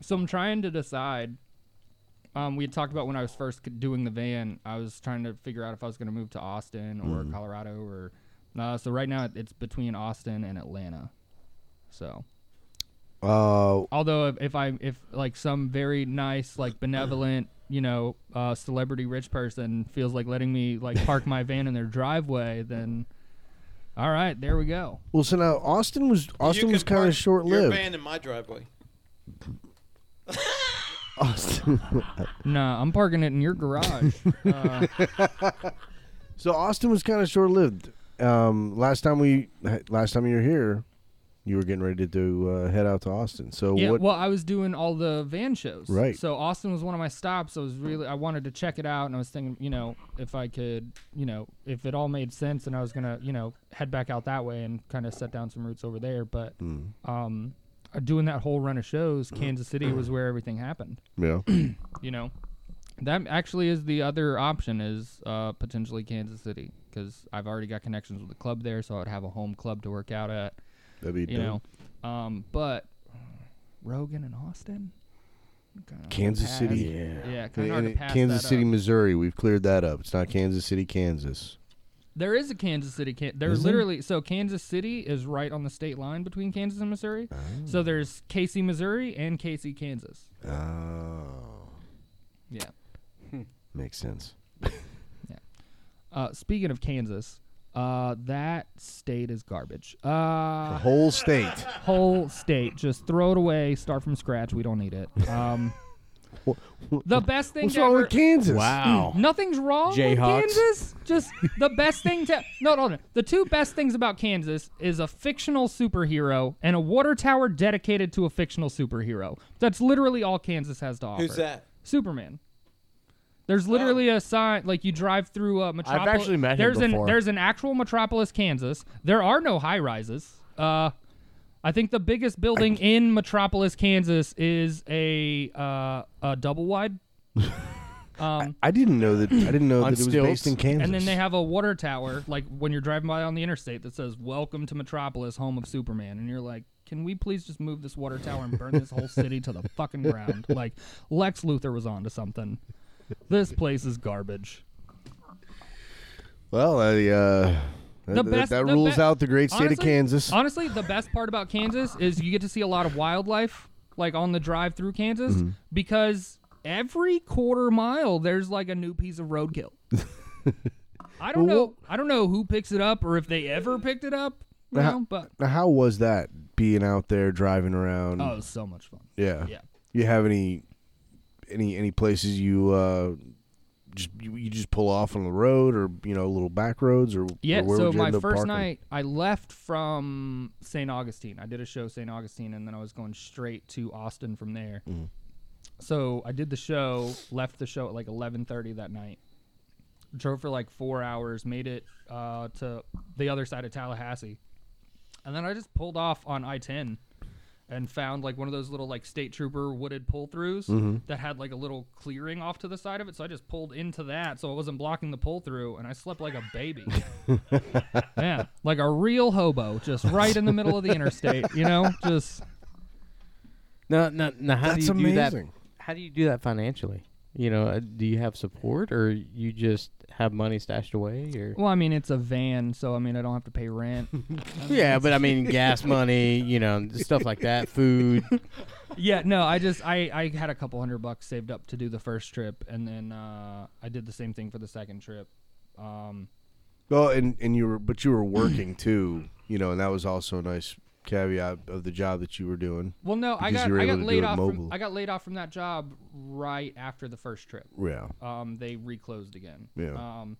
so I'm trying to decide. Um, we had talked about when I was first c- doing the van. I was trying to figure out if I was going to move to Austin or
Mm-hmm.
Colorado or. Uh, so right now it- it's between Austin and Atlanta. So
Uh,
although if, if I if like some very nice like benevolent you know uh, celebrity rich person feels like letting me like park my van in their driveway, then all right, there we go.
Well, so now Austin was Austin
You
was
can
kind
park
of short
Your
lived.
van in my driveway.
Austin.
Nah, I'm parking it in your garage. uh,
so Austin was kind of short lived. Um, last time we, last time you were here, you were getting ready to uh, head out to Austin. So
yeah,
what?
well, I was doing all the van shows,
Right.
So Austin was one of my stops. I was really I wanted to check it out, and I was thinking, you know, if I could, you know, if it all made sense, and I was gonna, you know, head back out that way and kind of set down some roots over there, but.
Hmm.
um, uh, doing that whole run of shows,
Mm-hmm.
Kansas City was where everything happened.
yeah.
You know, that actually is the other option is uh, potentially Kansas City because I've already got connections with the club there, so I'd have a home club to work out at.
That'd be
You
dope.
know, um, but Rogan and Austin, Kinda
Kansas
pass-
City.
yeah,
And
kind of hard to
it-
pass
Kansas
that
City,
up.
Missouri. We've cleared that up. It's not Kansas City, Kansas.
There is a Kansas City. Can- there's literally so Kansas City is right on the state line between Kansas and Missouri. So there's Casey, Missouri, and Casey, Kansas.
Oh,
Yeah.
makes sense.
Uh, speaking of Kansas, uh, that state is garbage.
The
Uh,
whole state.
whole state, just throw it away, start from scratch. We don't need it. Um, the best thing
What's
to
wrong
ever,
with Kansas?
Wow.
nothing's wrong
Jayhawks.
with Kansas. Just the best thing to no, no, no. The two best things about Kansas is a fictional superhero and a water tower dedicated to a fictional superhero. That's literally all Kansas has to offer.
Who's that? Oh.
Superman. There's literally a sign like you drive through uh, Metropolis.
actually met him
there's
before.
An, there's an actual Metropolis, Kansas. There are no high rises. Uh, I think the biggest building in Metropolis, Kansas, is a uh, a double wide. Um,
I didn't know that. I didn't know
On
that it was
stilts.
based in Kansas.
and then they have a water tower, like when you're driving by on the interstate, that says "Welcome to Metropolis, home of Superman," and you're like, "Can we please just move this water tower and burn this whole city to the fucking ground?" Like Lex Luthor was onto something. This place is garbage.
well, I, uh,
The
that,
best-
that
the
rules
be-
out the great state of
Honestly-
Kansas.
Honestly, the best part about Kansas is you get to see a lot of wildlife, like on the drive through Kansas,
Mm-hmm.
because every quarter mile there's like a new piece of roadkill. I don't know. I don't know who picks it up or if they ever picked it up. You
Now-
know, but
now, how was that being out there driving around?
oh, it was so much fun.
yeah.
yeah.
You have any any any places you uh, just you, you just pull off on the road or you know little back roads or
Yeah,
Or where
so
would you
my
end up
first
parking?
night, I left from St. Augustine. I did a show St. Augustine, and then I was going straight to Austin from there.
Mm.
So I did the show, left the show at like 11:30 that night. Drove for like four hours, made it uh, to the other side of Tallahassee, and then I just pulled off on I-10 and found like one of those little like state trooper wooded pull throughs
Mm-hmm.
that had like a little clearing off to the side of it. So I just pulled into that so it wasn't blocking the pull through and I slept like a baby. yeah. Like a real hobo, just right in the middle of the interstate, you know? Just
No, no, no. How
That's
do you do
amazing.
that? How do you do that financially? You know, uh, do you have support, or you just have money stashed away, or?
well, I mean it's a van, so I mean I don't have to pay rent.
yeah, but I mean, gas money, you know, stuff like that, food.
yeah, no, I just I, I had a couple hundred bucks saved up to do the first trip and then uh, I did the same thing for the second trip. Um,
Well, and and you were, but you were working too, you know, and that was also a nice caveat of the job that you were doing.
well no, I
Because
got
you were
I
able
got
to do
laid
it
off
mobile.
from I got laid off from that job right after the first trip.
Yeah,
um, they reclosed again.
Yeah.
Um,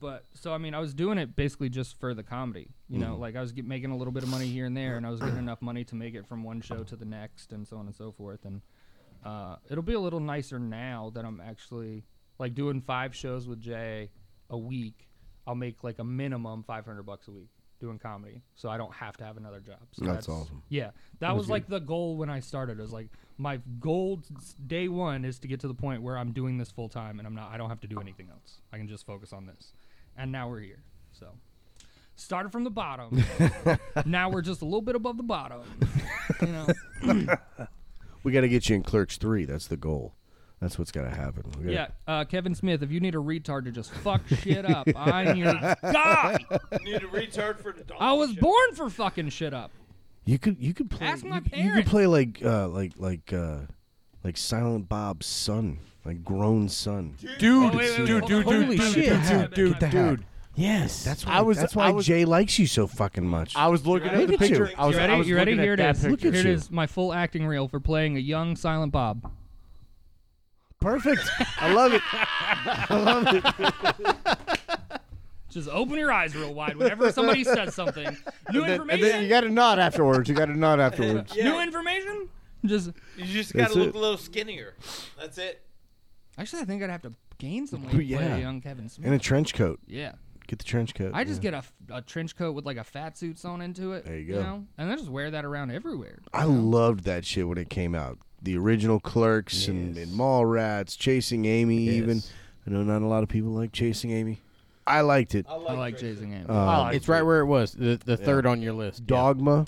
but so I mean, I was doing it basically just for the comedy. You know, like I was get, making a little bit of money here and there, and I was getting enough money to make it from one show to the next, and so on and so forth. And uh, it'll be a little nicer now that I'm actually like doing five shows with Jay a week. I'll make like a minimum 500 bucks a week doing comedy, so I don't have to have another job. So
That's awesome.
Yeah, that was like the goal when I started. It was like my goal s- day one is to get to the point where I'm doing this full time and I'm not. I don't have to do anything else. I can just focus on this. And now we're here. So started from the bottom. now we're just a little bit above the bottom. You know.
we got to get you in Clerks Three. That's the goal. That's what's got to happen. We gotta-
Yeah, uh, Kevin Smith. If you need a retard to just fuck shit up, I'm your guy.
Need a retard for the dog.
I was
shit.
born for fucking shit up.
you could you could play.
Ask my
you, could- you could
parents.
play like uh, like like uh, like Silent Bob's son, like grown son.
Dude,
wait, wait, wait,
dude,
hold
dude,
on,
dude,
holy
dude,
shit.
dude, dude, dude,
Get the
dude,
hat.
Yes,
That's why.
I was-
that's why
I was-
Jay likes you so fucking much.
I was looking at
Look
the
at you.
picture. I was,
You ready?
I was
you ready?
looking
Here it
at that
is.
picture.
Here it
you.
is. My full acting reel for playing a young Silent Bob.
Perfect. I love it.
Just open your eyes real wide whenever somebody says something. New
And
information.
then you got to nod afterwards. You got to nod afterwards.
New information. Just
You just
That's
gotta look
it.
a little skinnier. That's it.
actually, I think I'd have to gain some weight to play
Yeah.
a young Kevin Smith.
And a trench coat.
yeah.
Get the trench coat.
I just get a, a trench coat with like a fat suit sewn into it.
There you go.
You know? And I just wear that around everywhere.
I loved that shit when it came out. The original Clerks and, and Mall Rats, Chasing Amy, even. I know not a lot of people like Chasing Amy. I liked
Oh,
it.
I like Jason Amos.
Uh,
it's right where it was. The the third on your list.
Dogma.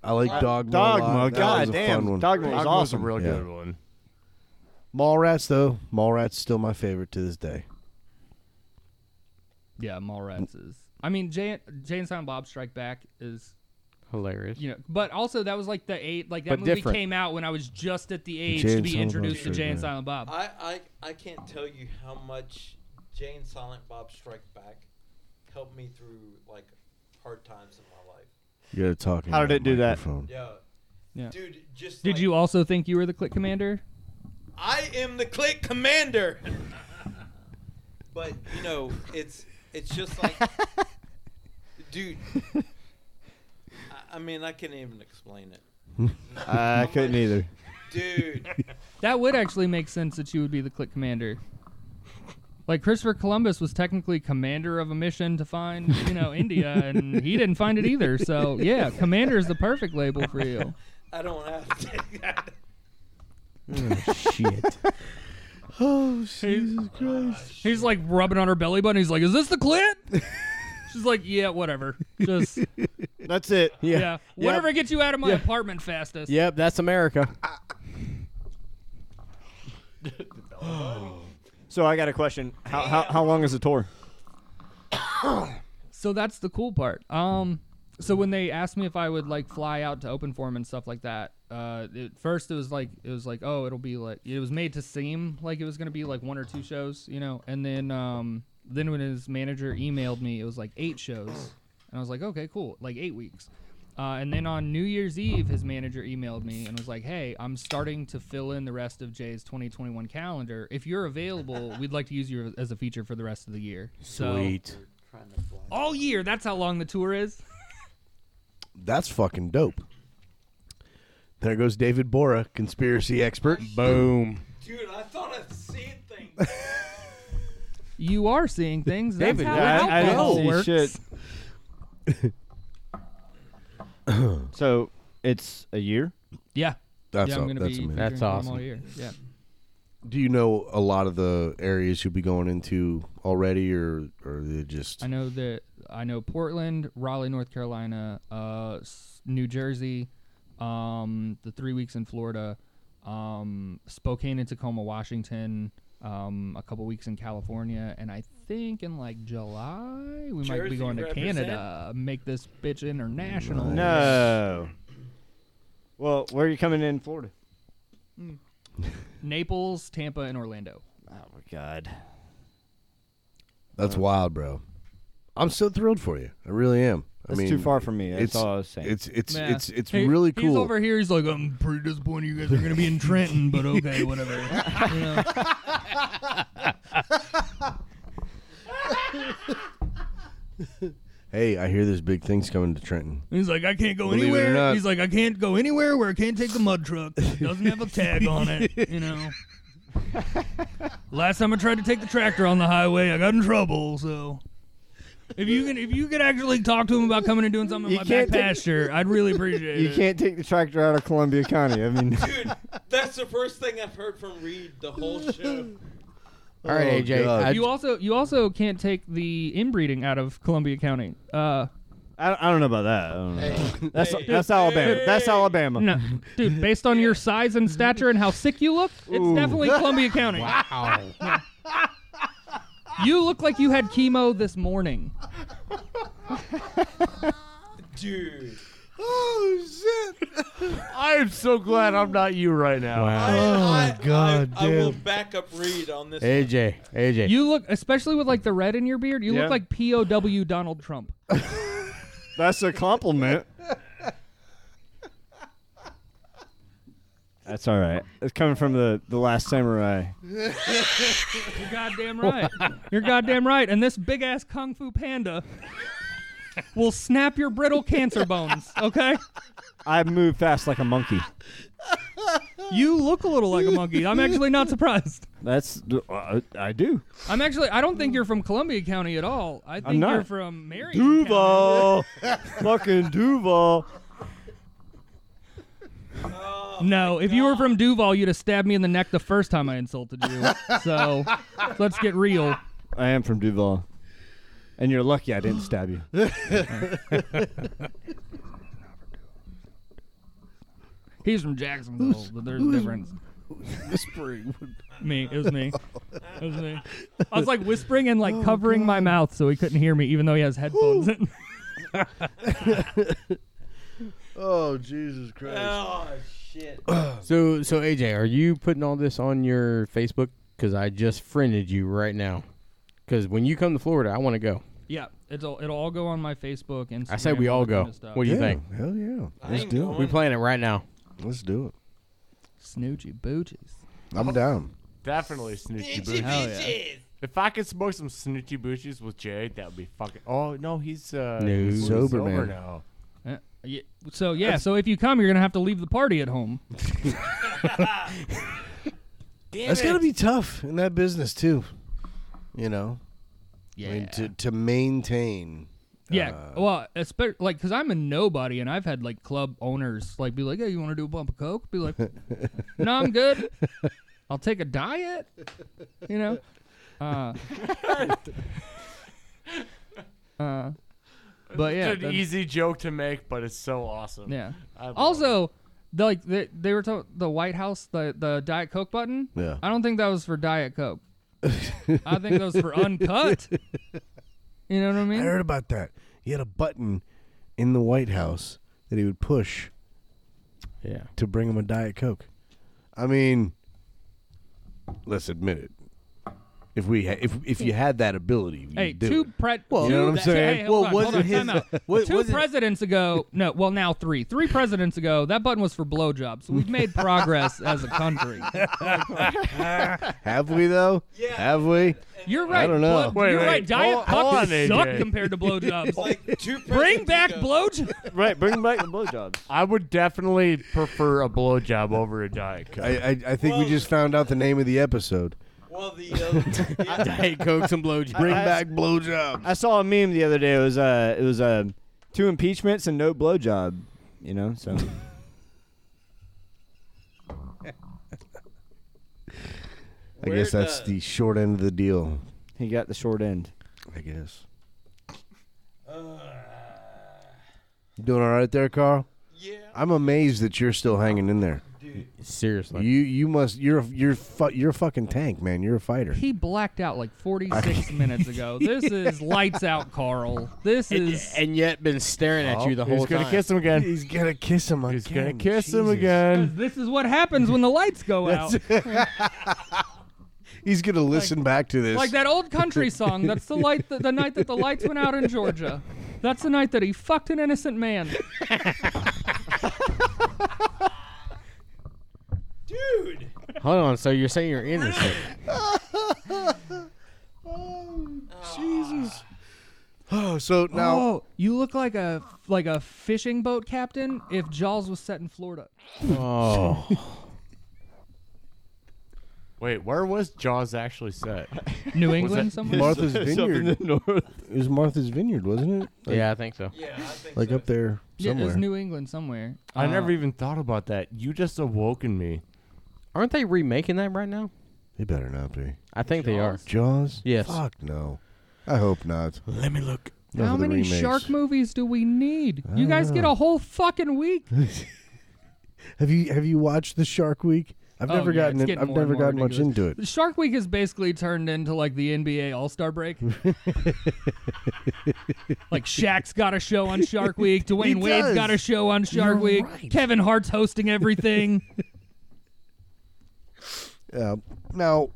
I like Dogma. a lot.
Dogma,
That was
Oh, god
a
damn,
fun one.
Dogma was
That was a
awesome.
real
Yeah.
good one.
Mall Rats, though. Mall Rats still my favorite to this day.
Yeah, Mallrats is. I mean, Jay, Jay and Silent Bob Strike Back is,
Hilarious.
you know, but also that was like the eight, like that
But
movie
different.
came out when I was just at the age
Jay
to
and
be
Silent Bob
introduced to
Strike
Jay and
Back.
Silent Bob.
I, I I can't tell you how much Jay and Silent Bob Strike Back helped me through like hard times in my life.
You gotta talk.
How did
into
it
the
do that?
microphone.
Yeah.
Yeah.
Dude, just
Did
like-
you also think you were the click commander?
I am the click commander. but you know, it's it's just like, dude. I, I mean, I can't even explain it,
I couldn't either.
dude.
That would actually make sense that you would be the click commander. Like Christopher Columbus was technically commander of a mission to find, you know, India, and he didn't find it either. So yeah, commander is the perfect label for you.
I don't have to take that.
Shit.
He's like rubbing on her belly button. He's like, "Is this the clit?" She's like, "Yeah, whatever. Just yeah,
That's it.
whatever gets you out of my apartment fastest."
Yep, that's America.
So I got a question. How, how, how long is the tour?
So that's the cool part. Um, so when they asked me if I would like fly out to open forum and stuff like that, uh, at first it was like it was like oh it'll be like it was made to seem like it was gonna be like one or two shows, you know. And then um, then when his manager emailed me, it was like eight shows, and I was like okay cool, like eight weeks. Uh, and then on New Year's Eve, his manager emailed me and was like, "Hey, I'm starting to fill in the rest of Jay's 2021 calendar. If you're available, we'd like to use you as a feature for the rest of the year." So
Sweet.
all year, that's how long the tour is.
That's fucking dope. There goes David Bora, conspiracy expert. Boom.
Dude, I thought I'd seen things.
You are seeing things. That's
David,
how
yeah,
I- I didn't
alcohol
see
works.
shit. So it's a year.
Yeah.
That's
yeah,
a-
I'm gonna
that's amazing.
be featuring
That's
them all
awesome.
year. Yeah.
Do you know a lot of the areas you'll be going into already, or or are they just
I know that I know Portland, Raleigh, North Carolina, uh, S- New Jersey, um, the three weeks in Florida, um, Spokane and Tacoma, Washington, um, a couple weeks in California, and I think in like July we might be
Jersey
going to
represent.
Canada. Make this bitch international.
No. Well, where are you coming in, Florida?
Naples, Tampa, and Orlando.
Oh my God.
that's wild, bro? I'm so thrilled for you. I really am. I
That's
mean,
too far from me. That's
it's,
all I was saying.
It's it's
Yeah.
it's it's
He-
really
He's
cool.
over here. He's like, I'm pretty disappointed you guys are gonna be in Trenton, but okay, whatever. You know?
Hey, I hear there's big things coming to Trenton.
He's like, I can't go
Believe it or
anywhere.
not.
He's like, I can't go anywhere where I can't take the mud truck. It doesn't have a tag on it. You know. Last time I tried to take the tractor on the highway, I got in trouble. So. If you can, if you could actually talk to him about coming and doing something in
You
my back
can't take-
pasture, I'd really appreciate
You
it.
can't take the tractor out of Columbia County. I mean,
Dude, that's the first thing I've heard from Reed the whole show.
All right, AJ.
Oh, God.
I-
You also, you also can't take the inbreeding out of Columbia County. Uh,
I, I don't know about that. I don't know. That's
Hey.
that's Alabama. That's
Hey.
Alabama.
No, dude, based on your size and stature and how sick you look, it's definitely Columbia County.
Wow.
You look like you had chemo this morning.
Dude.
Oh shit!
I am so glad I'm not you right now.
Oh,
I,
Wow.
I,
God
I, I will
damn.
back up Reed on this. one.
AJ, AJ.
You look, especially with like the red in your beard, you
Yeah.
look like POW Donald Trump.
That's a compliment. That's all right. It's coming from the the last samurai.
You're goddamn right. You're goddamn right. And this big ass kung fu panda will snap your brittle cancer bones. Okay,
I move fast like a monkey.
you look a little like a monkey. I'm actually not surprised.
That's uh, I do.
I'm actually, I don't think you're from Columbia County at all. I think
not.
you're from Marion. County.
Duval, fucking Duval.
No, if you were from Duval, you'd have stabbed me in the neck the first time I insulted you. so let's get real.
I am from Duval, and you're lucky I didn't stab you.
He's from Jacksonville, but there's a difference.
Whispering.
Me, it was me. It was me. Oh, I was like whispering and like covering my mouth so he couldn't hear me, even though he has headphones. in.
Oh Jesus Christ!
Oh, shit.
So, so AJ, are you putting all this on your Facebook? Because I just friended you right now. Because when you come to Florida, I want to go.
yeah, it'll it'll all go on my Facebook and.
I say we all go. What do you
yeah,
think?
Hell yeah!
I
Let's
ain't
do it.
going.
We playing it right now.
Let's do it.
Snoochie boochies. Oh,
I'm down.
Definitely snitchy
Itchy
boochies.
Hell yeah.
bitches.
If I could smoke some snitchy boochies with Jay, that would be fucking. Oh no, he's uh,
No.
he's
Sober,
sober
man.
now.
Uh, yeah, so yeah, so if you come, you're gonna have to leave the party at home.
That's gotta be tough in that business too. You know,
Yeah.
I mean, to to maintain.
yeah.
uh,
well, especially like because I'm a nobody, and I've had like club owners like be like, "Hey, you want to do a bump of coke?" Be like, "No, I'm good. I'll take a diet." You know. Uh, uh, but yeah,
an
that-
easy joke to make, but it's so awesome.
yeah.
I love it.
Also, the, like they, they were talking the White House the the Diet Coke button.
Yeah.
I don't think that was for Diet Coke. I think that was for uncut. You know what I
I
mean?
heard about that. He had a button in the White House that he would push
Yeah.
to bring him a Diet Coke. I mean, let's admit it. If we ha- if if you had that ability, you'd
Hey,
do
two
it.
pre.
Well,
two
you know what I'm
that-
saying?
Hey, hold
Well,
on,
was
hold
it
on, time
his-
out.
what-
two
was it-
presidents ago, no, well now three, three presidents ago, that button was for blowjobs. We've made progress as a country.
Have we though?
Yeah.
Have we?
You're right.
don't know.
blow-
Wait,
you're
wait,
right. Diet
hold- hold
Coke
on, AJ.
suck compared to blowjobs.
Like two
Bring
presidents
back
ago.
blowjobs.
Right, bring back the blowjobs.
I would definitely prefer a blowjob over a diet coke.
I I, I think
Well-
we just found out the name of the episode.
Well, the, uh, the
Diet Coke and blowjobs.
Bring
I-
back blowjobs.
I saw a meme the other day. It was uh, it was uh, two impeachments and no blowjob. You know, so
I guess
where
that's
the-
the short end of the deal.
he got the short end.
I guess.
Uh,
You doing all right there, Carl?
yeah,
I'm amazed that you're still hanging in there.
dude.
Seriously.
You you must you're you're fu- you're a fucking tank, man. You're a fighter.
He blacked out like 46 minutes ago. This is lights out, Carl. This
and,
is.
and yet been staring at you the whole
He's
time.
gonna kiss him again.
He's gonna kiss him again.
He's gonna kiss him again.
This is what happens when the lights go out.
He's gonna listen back to this.
Like that old country song. That's the light. The, the night that the lights went out in Georgia. That's the night that he fucked an innocent man.
Dude.
Hold on. So you're saying you're innocent?
Jesus. Oh, so now
oh, you look like a like a fishing boat captain if Jaws was set in Florida.
oh.
Wait, where was Jaws actually set?
New England
that-
somewhere.
Martha's Vineyard.
Uh,
It was Martha's Vineyard, wasn't it? Like,
Yeah, I think so.
Yeah, I think
Like
so.
up there
Yeah, it
somewhere.
was New England somewhere.
I
Uh,
never even thought about that. You just awoken me.
Aren't they remaking that right now?
they better not be.
I think they are.
Jaws?
Yes.
Fuck no. I hope not. Let me look.
How many shark movies do we need? You guys
Ah.
get a whole fucking week.
Have you have you watched the Shark Week? I've
Oh,
never
yeah,
gotten
it's
it,
getting
I've
more and
never
more
gotten much
ridiculous.
into it.
Shark Week has basically turned into like the NBA All Star break. like Shaq's got a show on Shark Week.
He
Dwayne Wade's
does.
got a show on Shark
You're
Week.
right.
Kevin Hart's hosting everything.
Uh, now,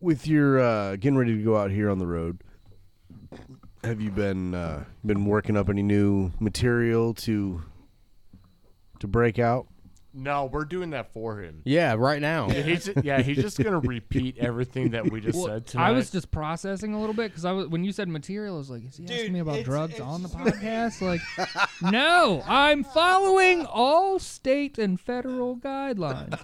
with your uh, getting ready to go out here on the road, have you been uh, been working up any new material to to break out?
No, we're doing that for him.
Yeah, right now.
Yeah, he's just, yeah, he's just gonna repeat everything that we just
Well,
said tonight.
I was just processing a little bit because I was when you said material, I was like, is he
Dude,
asking me about
it's-
drugs
it's
on the
just-
podcast? like, no, I'm following all state and federal guidelines.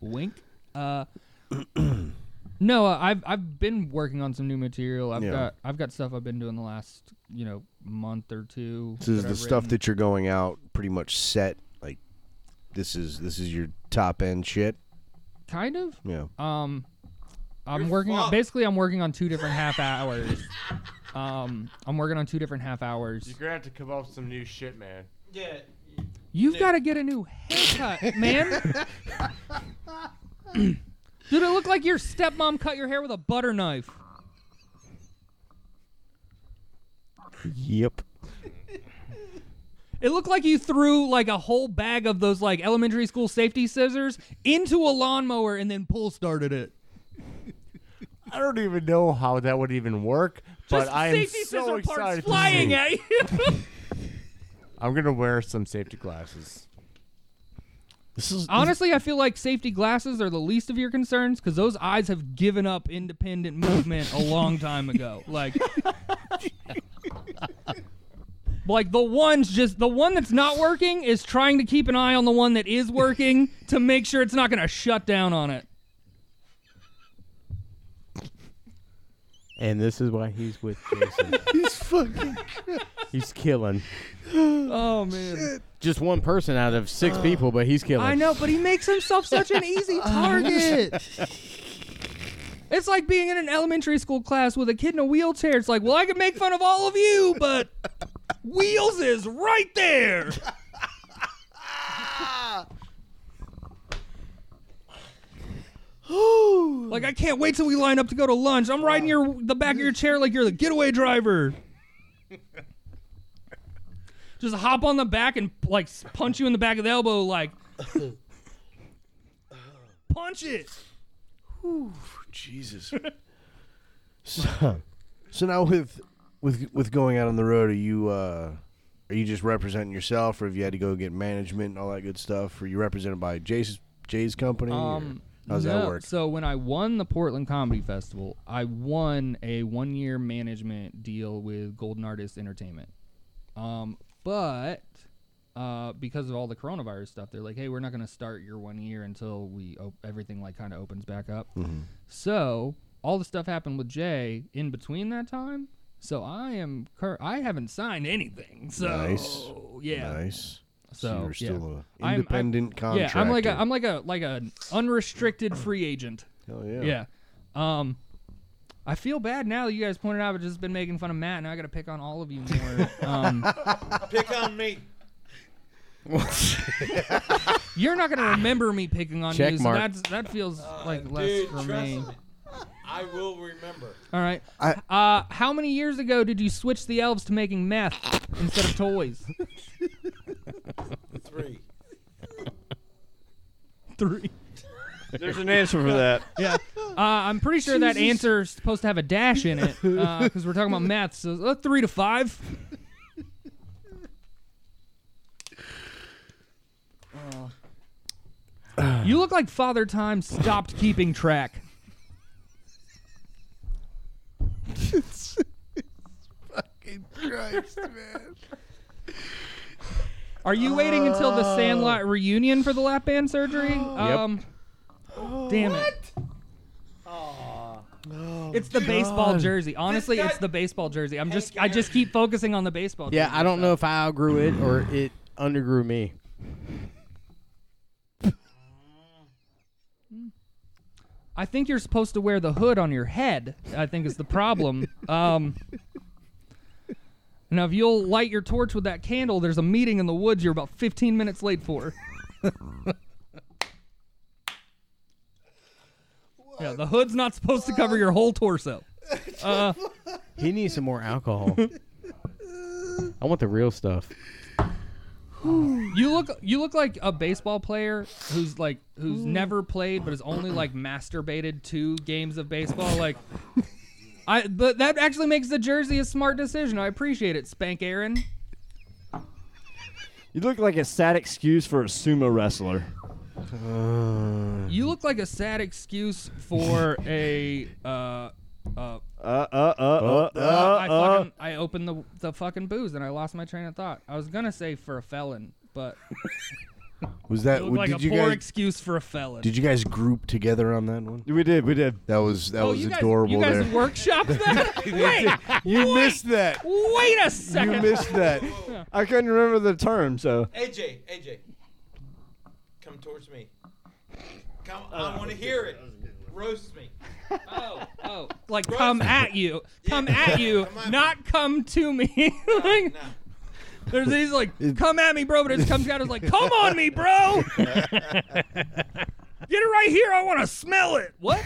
Wink. Uh, no, uh, I've I've been working on some new material. I've
Yeah.
got I've got stuff I've been doing the last you know month or two.
So is
that
the
I've
stuff
written.
that you're going out pretty much set? Like this is this is your top end shit.
kind of
Yeah.
Um, I'm
You're
working on
fucked.
basically I'm working on two different half hours. Um, I'm working on two different half hours.
You're gonna have to come up with some new shit, man.
Yeah.
You've got to get a new haircut, man. Dude, it looked like your stepmom cut your hair with a butter knife.
Yep.
It looked like you threw like a whole bag of those like elementary school safety scissors into a lawnmower and then pull started it.
I don't even know how that would even work, but
Just
I am
safety
so
scissor parts
excited. to
flying
see.
at you.
I'm gonna wear some safety glasses.
This is
Honestly, I feel like safety glasses are the least of your concerns because those eyes have given up independent movement a long time ago. Like, like the ones just the one that's not working is trying to keep an eye on the one that is working to make sure it's not going to shut down on it.
and this is why he's with Jason.
He's fucking.
he's killing
Oh man,
just one person out of six people, but he's killing.
I know, but he makes himself such an easy target. It's like being in an elementary school class with a kid in a wheelchair. It's like, well, I can make fun of all of you, but Wheels is right there. like I can't wait till we line up to go to lunch. I'm riding your the back of your chair like you're the getaway driver. Just hop on the back and like s- punch you in the back of the elbow, like punch it.
Jesus.
So now with with with going out on the road, are you uh, are you just representing yourself, or have you had to go get management and all that good stuff? Are you represented by Jay's Jay's company? or
Um,
how's
no.
that work?
So when I won the Portland Comedy Festival, I won a one-year management deal with Golden Artist Entertainment. Um, but uh, because of all the coronavirus stuff, they're like, "Hey, we're not going to start your one year until we op- everything like kind of opens back up."
Mm-hmm.
So all the stuff happened with Jay in between that time. So I am cur- I haven't signed anything. So
Nice.
yeah.
Nice.
So,
you're
yeah.
still a
I'm- I'm-
independent
Yeah,
contractor.
I'm like a I'm like a like an unrestricted free agent.
Hell yeah.
Yeah. Um, I feel bad now that you guys pointed out. I've just been making fun of Matt, and I got to pick on all of you more. Um,
Pick on me.
you're not gonna remember me picking on
Check
you. So
mark.
that's that feels like less
Uh, Dude,
for
trust
me.
me. I will remember.
All right. uh, how many years ago did you switch the elves to making meth instead of toys? Uh,
Three.
Three.
There's an answer for that.
Yeah. Uh, I'm pretty sure that answer's supposed to have a dash in it because we're talking about math. So uh, three to five. you look like Father Time stopped keeping track.
Christ, man.
Are you waiting until the
Oh.
Sandlot reunion for the lap band surgery? Um, damn it.
Oh,
It's the baseball jersey. Honestly,
guy-
it's the baseball jersey. I'm just, I just keep focusing on the baseball.
Yeah,
jersey,
I don't
so.
know if I outgrew it or it undergrew me.
I think you're supposed to wear the hood on your head. I think is the problem. Um, now, if you'll light your torch with that candle, there's a meeting in the woods you're about 15 minutes late for. yeah, the hood's not supposed to cover your whole torso.
He needs some more alcohol. I want the real stuff.
You look you look like a baseball player who's like who's never played but has only like masturbated two games of baseball. Like I but that actually makes the jersey a smart decision. I appreciate it, Spank Aaron.
You look like a sad excuse for a sumo wrestler.
You look like a sad excuse for a uh uh,
Uh, uh, uh, uh, uh,
I
Uh-uh.
uh.
fucking I opened the the fucking booze and I lost my train of thought. I was gonna say for a felon, but
Was that?
you look like
did
a
you
poor
guys?
excuse for a felon.
did you guys group together on that one?
We did, we did.
That was that
oh,
was
you guys,
adorable.
you guys
there.
workshopped that? Wait,
You missed that.
wait a second.
You missed that.
I couldn't remember the term, so
AJ, AJ, come towards me. Come, I want to hear it. Roast me.
Oh, oh, like come at you, come at you,
Come at
not come to me. like,
No,
there's these like, come at me, bro, but it just comes out as like, come on me, bro. Get it right here. I want to smell it. What?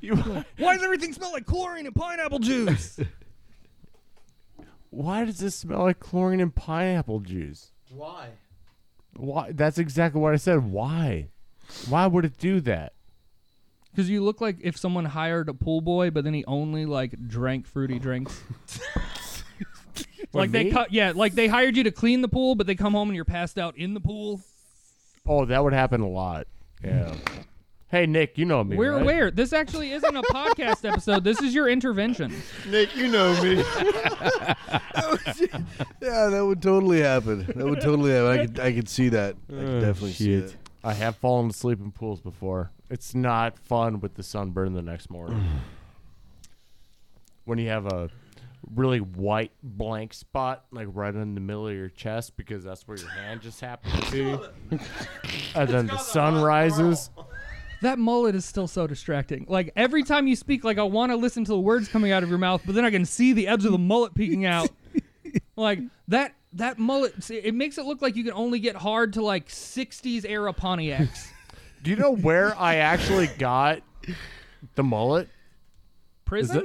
You-
Why does everything smell like chlorine and pineapple juice?
why does this smell like chlorine and pineapple juice?
why?
Why? That's exactly what I said. Why? Why would it do that?
Because you look like if someone hired a pool boy, but then he only like drank fruity drinks. like they
Oh. me?
cut, yeah, like they hired you to clean the pool, but they come home and you're passed out in the pool.
Oh, that would happen a lot. Yeah. hey, Nick, you know me.
We're
right?
aware. This actually isn't a podcast episode. This is your intervention.
Nick, you know me.
Oh,
Yeah, that would totally happen. That would totally happen. I could I could see that. I could definitely see
shit.
that.
I have fallen asleep in pools before. It's not fun with the sunburn the next morning. when you have a really white blank spot like right in the middle of your chest because that's where your hand just happened to. and then the sun rises.
That mullet is still so distracting. Like every time you speak, like I want to listen to the words coming out of your mouth, but then I can see the edge of the mullet peeking out. like that that mullet, see, it makes it look like you can only get hard to like '60s era Pontiacs.
Do you know where I actually got the mullet? Is
Prison?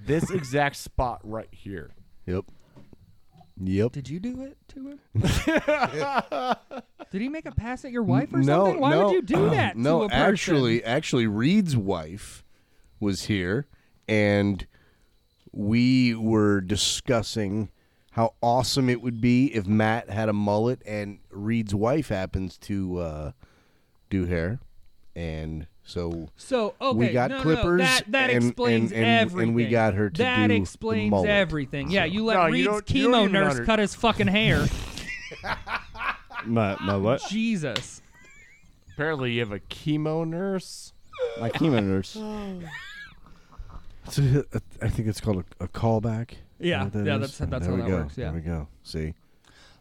it this exact spot right here?
Yep. Yep.
Did you do it to him? Did he make a pass at your wife or
no,
something? Why
no,
would you do that to
no,
a person?
actually, actually, Reed's wife was here, and we were discussing how awesome it would be if Matt had a mullet, and Reed's wife happens to uh, do hair, and so
So okay,
we got
no, no,
clippers
that that
and-
explains
and- and-
everything.
and we got her to
that
do the
explains
mullet.
everything. Yeah, you let
No, you
Reed's
don't- you don't
chemo
even
nurse
under-
cut his fucking hair.
My
Oh,
my what?
Jesus.
Apparently, you have a chemo nurse.
My chemo nurse.
It's a- I think it's called a, a callback.
Yeah,
Is that what
yeah,
is?
that's that's
there
how
we
that
go.
works. Yeah,
there we go. See,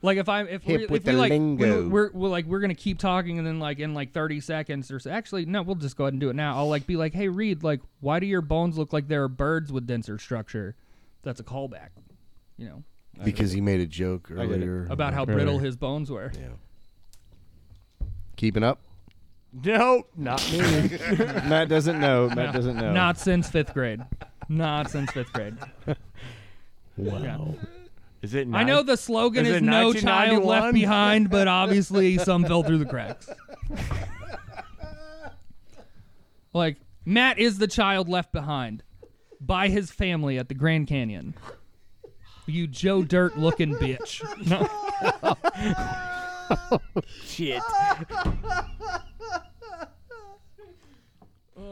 like if I'm if we
Hip
if
with
we
the
like
lingo.
We're, we're we're like we're gonna keep talking and then like in like 30 seconds or so. Actually, no, we'll just go ahead and do it now. I'll like be like, hey Reed, like why do your bones look like there are birds with denser structure? That's a callback, you know,
because he made a joke
get it.
earlier
about how brittle his bones were.
keeping up.
No, not me.
Matt doesn't know. Matt doesn't know.
Not since fifth grade. Not since fifth grade.
Is it?
I know the slogan
Is
is,
it
"No child left
1991?
behind," but obviously some fell through the cracks. like Matt is the child left behind by his family at the Grand Canyon. You Joe Dirt looking bitch. No.
Shit.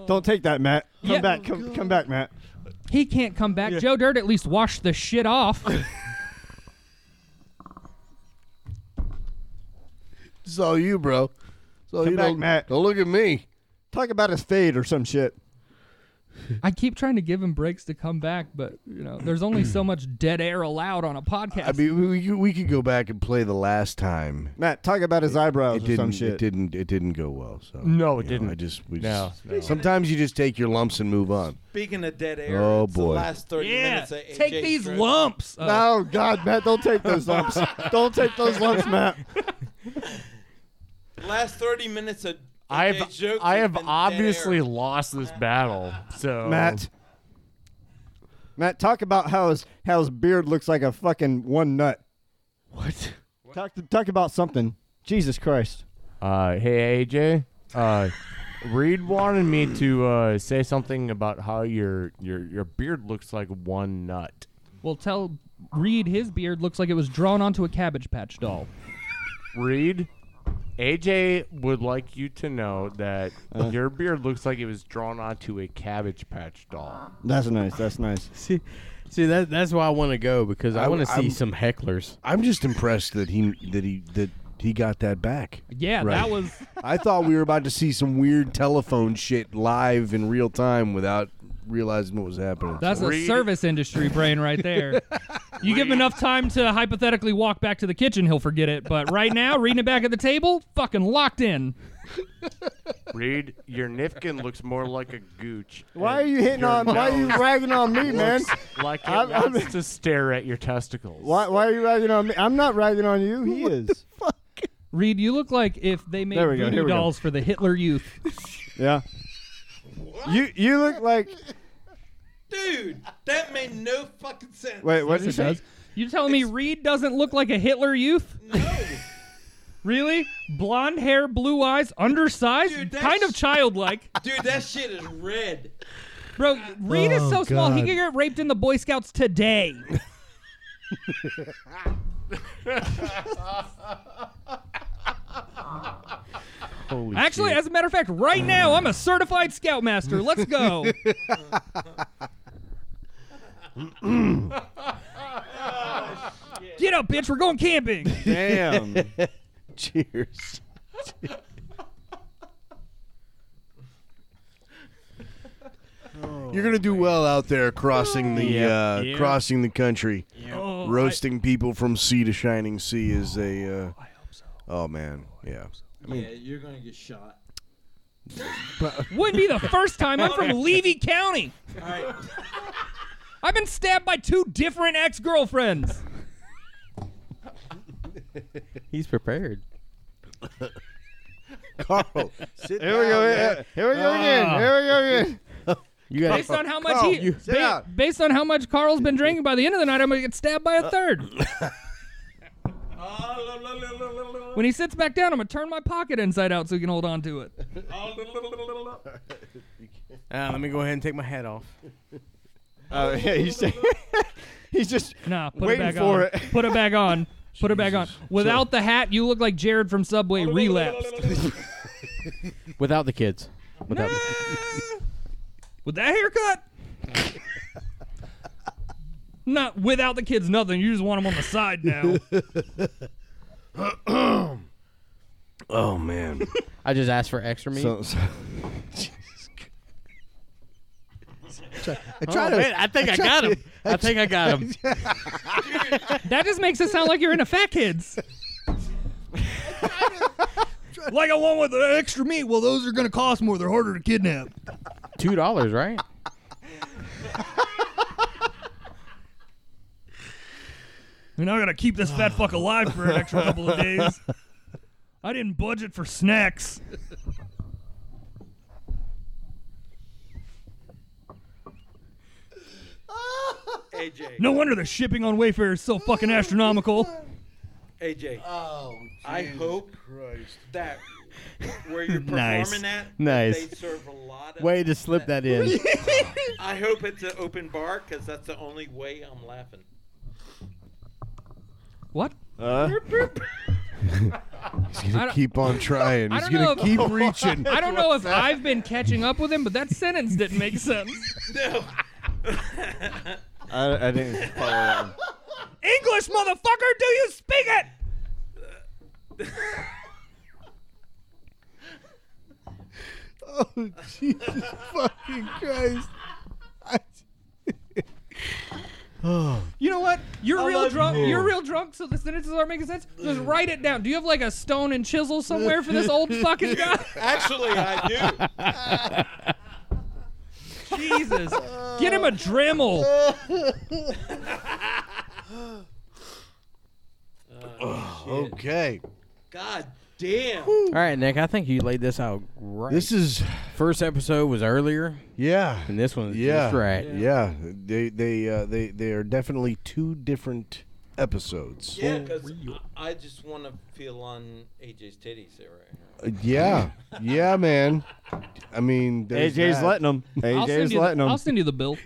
Don't take that, Matt. Come
Yeah.
back. Come, come back, Matt.
He can't come back. Joe Dirt at least washed the shit off.
It's all you, bro. It's all
Come
you.
back,
don't,
Matt.
don't look at me.
Talk about his fade or some shit.
I keep trying to give him breaks to come back, but you know, there's only so much dead air allowed on a podcast.
I mean, we, we- we could go back and play the last time.
Matt, talk about his eyebrows
It
or
didn't.
some shit.
It didn't. It didn't go well. So
No, it
you know,
didn't.
I just. We
No,
just
no.
Sometimes you just take your lumps and move on.
Speaking of dead air,
Oh,
it's the
boy.
last 30
yeah,
minutes of AJ
take these
Strick.
lumps. Uh,
Oh God, Matt, don't take those lumps. don't take those lumps, Matt.
Last 30 minutes of
I
AJ
have
jokes
I
has
have
been dead
obviously
air.
lost this battle. So
Matt. Matt, talk about how his how his beard looks like a fucking one nut.
What?
Talk talk about something. Jesus Christ.
Uh, hey AJ. Uh, Reed wanted me to uh, say something about how your your your beard looks like one nut.
Well, tell Reed his beard looks like it was drawn onto a Cabbage Patch doll.
Reed, AJ would like you to know that your beard looks like it was drawn onto a Cabbage Patch doll.
That's nice. That's nice.
See, see that that's why I want to go because I,
I-
want to see
I'm-
some hecklers.
I'm just impressed that he that he that he got that back.
Yeah, that
Right.
was
I thought we were about to see some weird telephone shit live in real time without realizing what was happening.
that's a
Reed-
service industry brain right there. You give him enough time to hypothetically walk back to the kitchen, he'll forget it. But right now, reading it back at the table, fucking locked in.
Reed, your nifkin looks more like a gooch.
Why are
and
you hitting
your
on? Why are you
nose
ragging on me, man?
looks Like it
I'm- I'm-
wants to stare at your testicles.
Why why are you ragging on me? I'm not ragging on you. He is.
Reed, you look like if they made
There we go,
voodoo
here we go.
dolls for the Hitler Youth.
Yeah. You you look like
Dude, that made no fucking sense.
wait. What did you
Yes, it
say?
does. You telling me Reed doesn't look like a Hitler Youth?
No,
Really? Blonde hair, blue eyes, undersized,
Dude, that's-
kind of childlike.
dude, that shit is red.
Bro, Reed is so
Oh,
small he
God.
could get raped in the Boy Scouts today. Actually, as a matter of fact, right now I'm a certified scoutmaster. Let's go. Get up, bitch. We're going camping.
Damn.
Cheers. You're gonna do well out there crossing the uh,
Yeah.
crossing the country,
Oh, I-
roasting people from sea to shining sea is a. Uh, oh man, yeah.
yeah, you're gonna get shot.
Wouldn't be the first time. I'm from Levy County.
All right,
I've been stabbed by two different ex-girlfriends.
He's prepared.
Carl, sit
Here we go. Here here we go again. Here we go again.
You got
Based on how much he, ba-
down.
based on how much Carl's been drinking, by the end of the night, I'm gonna get stabbed by a third. when he sits back down, I'm gonna turn my pocket inside out so he can hold on to it.
Ah, let me go ahead and take my hat off.
Oh, yeah, he's just, he's just
Nah, put
Waiting
it back
for
on.
it.
Put it back on. Put it back on. Without the hat, you look like Jared from Subway relapsed.
Without the kids. Without the
With that haircut? Not without the kids, nothing. You just want them on the side now.
Oh man.
I just asked for extra meat.
So, so, I try
Oh,
to.
man, I think I, got him. I think I got him.
that just makes it sound like you're into fat kids. like I want with the extra meat. Well, those are gonna cost more. They're harder to kidnap.
Two dollars, right?
You're not gonna keep this fat fuck alive for an extra couple of days. I didn't budget for snacks.
AJ.
No wonder the shipping on Wayfair is so fucking astronomical.
AJ. Oh, I hope that where you're performing
Nice.
at, that
Nice.
they serve a lot of.
Way to slip that in.
I hope it's an open bar because that's the only way I'm laughing.
What?
He's gonna keep on trying.
I
He's
don't know
gonna
if-
keep reaching.
I don't know if I've been catching up with him, but that sentence didn't make sense.
No.
I, I didn't follow that one.
English, motherfucker, do you speak it?
Oh Jesus fucking Christ!
You know what? You're real
love
drunk. You're real drunk, so the sentences aren't making sense. Just write it down. Do you have like a stone and chisel somewhere for this old fucking guy?
Actually, I do.
Jesus. Get him a Dremel.
Okay,
God damn.
All right, Nick. I think you laid this out right.
this is
first episode was earlier,
yeah,
and this one's
yeah,
just right.
Yeah, they they uh, they they are definitely two different episodes.
Yeah, because I, I just want to feel on AJ's titties there right now.
Uh, Yeah, yeah, man. I mean, there's
AJ's
that.
letting him.
I'll send,
AJ's
you
letting
the,
him.
I'll send you the bill.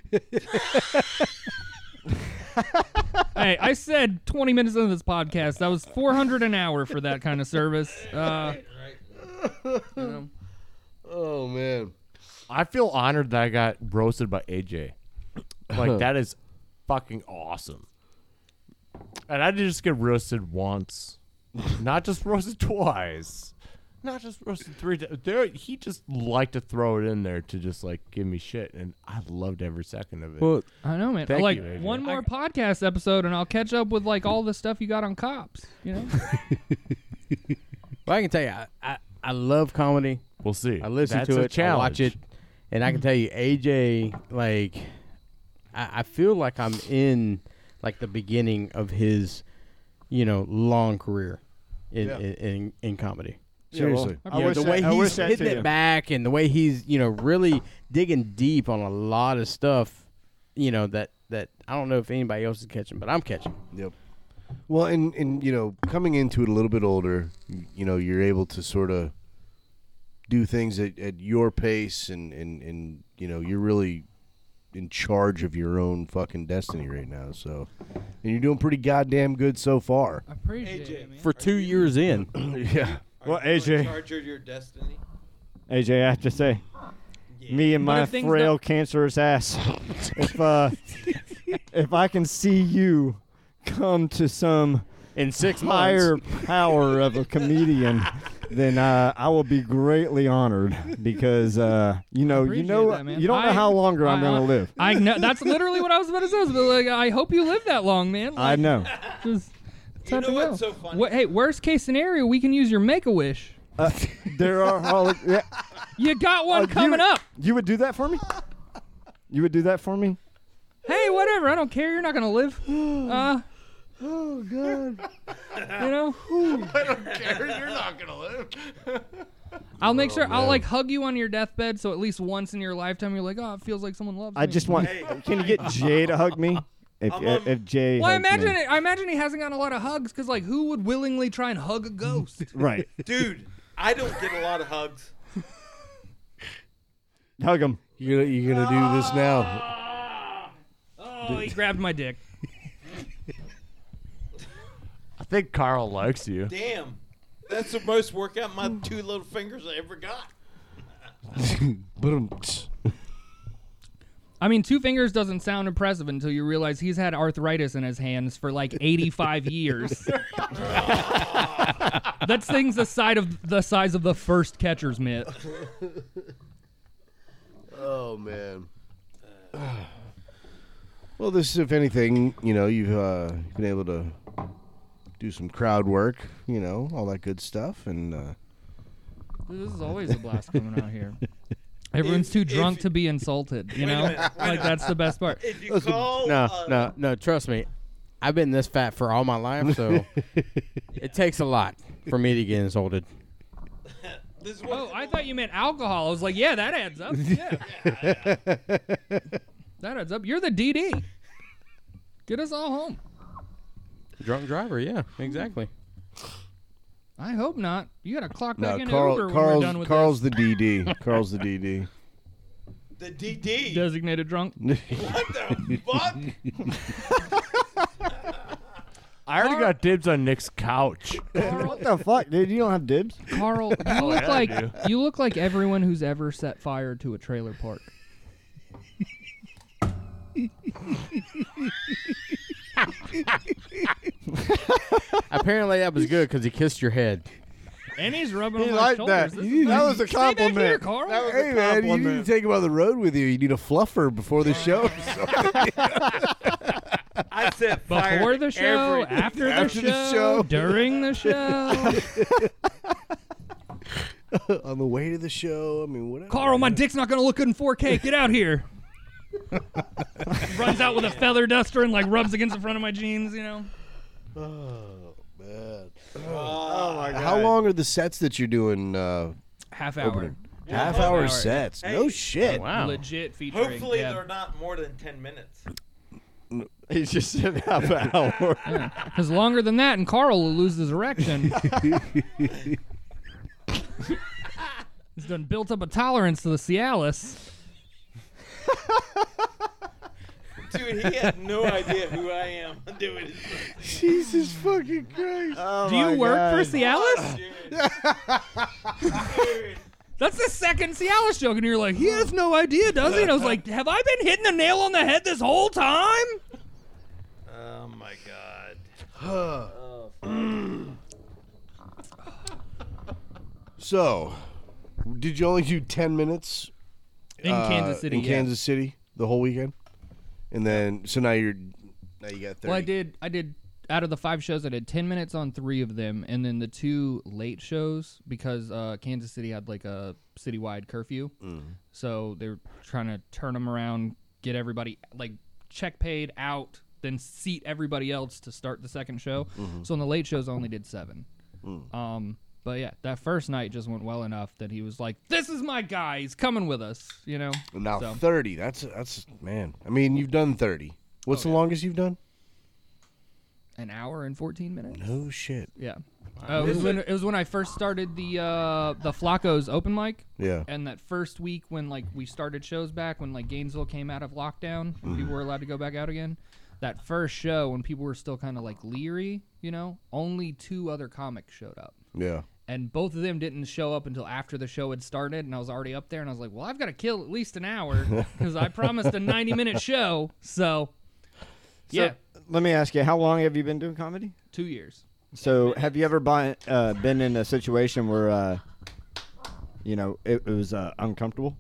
hey, I said 20 minutes into this podcast. That was 400 an hour for that kind of service. Uh,
Oh man,
I feel honored that I got roasted by AJ. Like that is fucking awesome. And I didn't just get roasted once, not just roasted twice, not just roasted three times. There, he just liked to throw it in there to just like give me shit, and I loved every second of it.
Well,
I know, man.
Thank
like
you, AJ.
one more podcast episode, and I'll catch up with like all the stuff you got on cops. You know,
well, I can tell you, I, I, I love comedy.
we'll see.
I listen
That's
to
a
it, I watch it,
challenge.
and I can tell you, AJ, like, I, I feel like I'm in like the beginning of his, you know, long career in
Yeah.
in, in, in comedy.
seriously.
I
You know,
wish
the
that-
way
I wish
he's
that
hitting
to
it
you.
back and the way he's you know really digging deep on a lot of stuff, you know that that I don't know if anybody else is catching, but I'm catching.
Yep. Well, and and you know, coming into it a little bit older, you know, you're able to sort of do things at, at your pace, and and and you know, you're really in charge of your own fucking destiny right now. So, and you're doing pretty goddamn good so far.
I appreciate
AJ,
it, man.
For two years in,
yeah.
Are
Well,
you in
AJ.
charge of your destiny?
AJ, I have to say, me and
But
my
if things
frail,
don't-
cancerous ass. if uh, if I can see you come to some
in six months,
higher power of a comedian, then uh, I will be greatly honored because uh, you know you
Appreciate
know
that, man.
you don't know
I-
how longer I'm
I-
gonna live.
I know that's literally what I was about to say. I was about like, I hope you live that long, man.
I
Like,
know.
just it's
You
time
know
to go.
what's so funny?
What- hey, worst case scenario, we can use your Make a Wish.
Uh, there are hol- yeah,
You got one
uh, you-
coming up.
You would do that for me? You would do that for me?
Hey, whatever. I don't care. You're not gonna live. Uh,
Oh God.
you know. I'll
Oh,
make sure I'll like hug you on your deathbed, so at least once in your lifetime, you're like, oh, it feels like someone loves me.
I just want.
Hey.
Can you get Jay to hug me? If,
I'm
if,
on-
if Jay.
Well, I
hugs me.
um, imagine it, I imagine he hasn't gotten a lot of hugs because, like, who would willingly try and hug a ghost?
Right.
Dude, I don't get a lot of hugs.
Hug him.
You're gonna you're gonna do this now.
oh, he grabbed my dick.
I think Carl likes you.
Damn. That's the most workout my two little fingers I ever got.
Boom.
I mean, two fingers doesn't sound impressive until you realize he's had arthritis in his hands for like 85 years. that thing's the side of the size of the first catcher's mitt.
Oh man. Well, this, if anything, you know, you've uh, been able to do some crowd work, you know, all that good stuff, and uh,
This is always a blast coming out here. Everyone's
If-
too
if
drunk
you-
to be insulted, you
Wait a
know?
minute, wait a
Like
minute.
that's the best part.
If you call
No,
uh,
no, no. Trust me, I've been this fat for all my life, so it takes a lot for me to get insulted.
this is what
Oh, I thought you meant alcohol. I was like, yeah, that adds up. Yeah. that adds up. You're the DD. Get us all home.
Drunk driver, yeah, exactly.
I hope not. You got to clock
no,
back into Uber
Carl,
when we're done
Carl's
with
Carl's the DD, Carl's the DD.
the DD.
this. Designated drunk.
what the fuck?
I already
Carl-
got dibs on Nick's couch.
Carl,
What the fuck, dude? You don't have dibs?
Carl,
Oh,
you look
yeah, I
like
do.
you look like everyone who's ever set fire to a trailer park.
Apparently, that was good because he kissed your head.
And he's rubbing
He
on
liked
my
that.
shoulders. This
You-
is
that
nice.
was a
Stay back here,
compliment.
Carl.
Hey man, you need to take him on the road with you. You need a fluffer before the show.
I said fire
Before
to
the show,
every-
after,
after
the,
the
show,
show.
during the show.
on the way to the show. I mean, whatever.
Carl, my dick's not gonna look good in 4K. Get out here. Runs out with a feather duster and like rubs against the front of my jeans. You know.
Oh man.
Oh, my
How long are the sets that you're doing? Uh,
Half hour.
half
hour
hour
hour.
sets.
Hey.
No shit.
Legit featuring.
Hopefully
yeah.
they're not more than 10 minutes.
He's just sitting half an hour.
Because longer than that, and Carl will lose his erection. He's done built up a tolerance to the Cialis.
Dude, he had no idea who I am doing his
Jesus fucking Christ.
Do you work for Cialis?
Dude. Dude.
That's the second Cialis joke, and you're like, he has no idea, does he? And I was like, have I been hitting the nail on the head this whole time?
Oh my god.
So, did you only do ten minutes
In
uh,
Kansas City.
In
yeah.
Kansas City, the whole weekend, and then so now you're now you got thirty.
Well, I did. I did. Out of the five shows, I did ten minutes on three of them, and then the two late shows because uh, Kansas City had like a citywide curfew, so they were trying to turn them around, get everybody like check paid out, then seat everybody else to start the second show. So on the late shows, I only did seven. Um, but yeah, that first night just went well enough that he was like, "This is my guy. He's coming with us," you know.
And now
So.
thirty. That's that's man. I mean, you've done thirty. What's the longest you've done?
An hour and fourteen minutes.
No Oh, shit.
Yeah. Uh, it, was when, it was when I first started the uh, the Flacco's open mic,
Yeah.
and that first week when like we started shows back when like Gainesville came out of lockdown, and people were allowed to go back out again. That first show when people were still kind of like leery, you know, only two other comics showed up,
Yeah.
and both of them didn't show up until after the show had started, and I was already up there, and I was like, well, I've got to kill at least an hour because I promised a ninety minute show, so yeah,
Let me ask you, how long have you been doing comedy?
two years.
So, have you ever buy, uh, been in a situation where, uh, you know, it, it was uh, uncomfortable?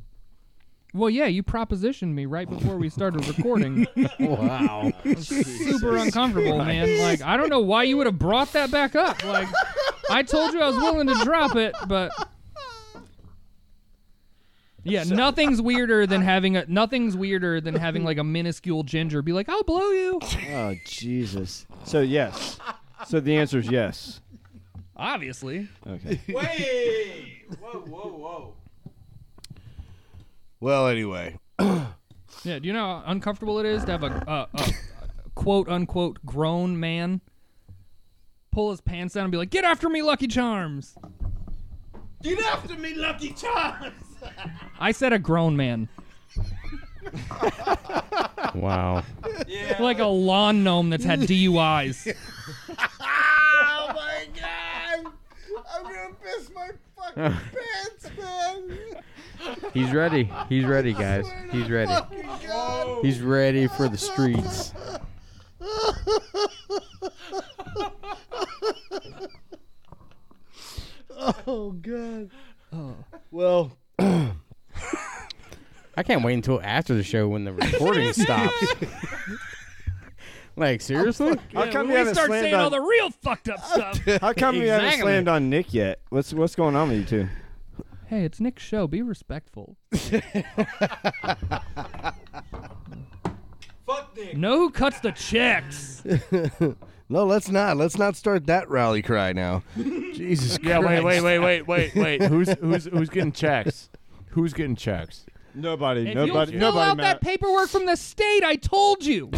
Well, yeah, you propositioned me right before we started recording.
Wow.
super uncomfortable, man. Like I don't know why you would have brought that back up. Like I told you I was willing to drop it, but yeah, nothing's weirder than having a nothing's weirder than having like a minuscule ginger be like, "I'll blow you."
Oh, Jesus. So, yes. So the answer is yes.
Obviously,
Okay.
Wait! Whoa, whoa, whoa.
Well, anyway,
yeah. Do you know how uncomfortable it is to have a, a, a, quote unquote grown man pull his pants down and be like, "Get after me, Lucky Charms."
Get after me, Lucky Charms!
I said a grown man,
Wow.
Yeah.
like a lawn gnome that's had DUIs.
Oh my god! I'm gonna piss my fucking pants, man!
He's ready. He's ready, guys. He's ready. He's ready for the streets.
Oh.
Well,
I can't wait until after the show when the recording stops. like seriously?
how
Yeah,
come
when
we
we
haven't
start
slammed
saying all the
on,
real fucked up stuff.
how come we haven't
Exactly.
slammed on Nick yet? What's what's going on with you two?
hey, it's Nick's show. Be respectful.
Fuck Nick.
Know who cuts the checks?
no, let's not. Let's not start that rally cry now. Jesus
Yeah,
Christ.
wait, wait, wait, wait, wait, wait. who's who's who's getting checks? Who's getting checks?
Nobody,
If
nobody,
you fill
nobody.
out that paperwork from the state, I told you.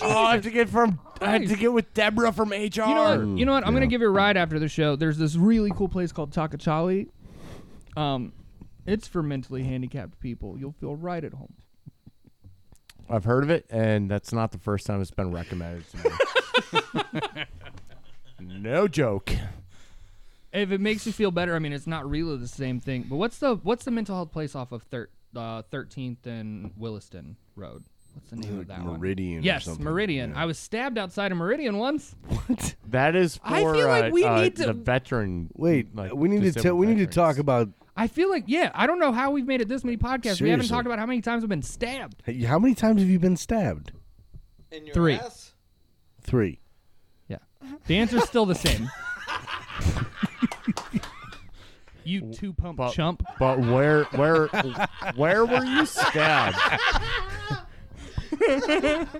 Oh, I have to get from I have to
Christ.
get with Deborah from HR.
You know what? You know what? I'm gonna give you a ride after the show. There's this really cool place called Takachali. Um, it's for mentally handicapped people. You'll feel right at home.
I've heard of it, and that's not the first time it's been recommended to me. no joke.
If it makes you feel better, I mean, it's not really the same thing. But what's the what's the mental health place off of thir- uh, 13th and Williston Road? What's the name of that one?
Meridian. or
Yes,
something.
Meridian. I was stabbed outside of Meridian once.
That is for
I feel like
uh,
we
uh,
need to-
the veteran.
Wait,
like,
we need to
disabled
tell. We need to
veterans.
talk about
I feel like yeah. I don't know how we've made it this many podcasts. We haven't
Seriously.
talked about how many times I've been stabbed.
Hey, How many times have you been stabbed?
In your
Three.
ass?
Three.
Yeah, the answer's still the same. you two pump
but-
chump.
But where where where were you stabbed?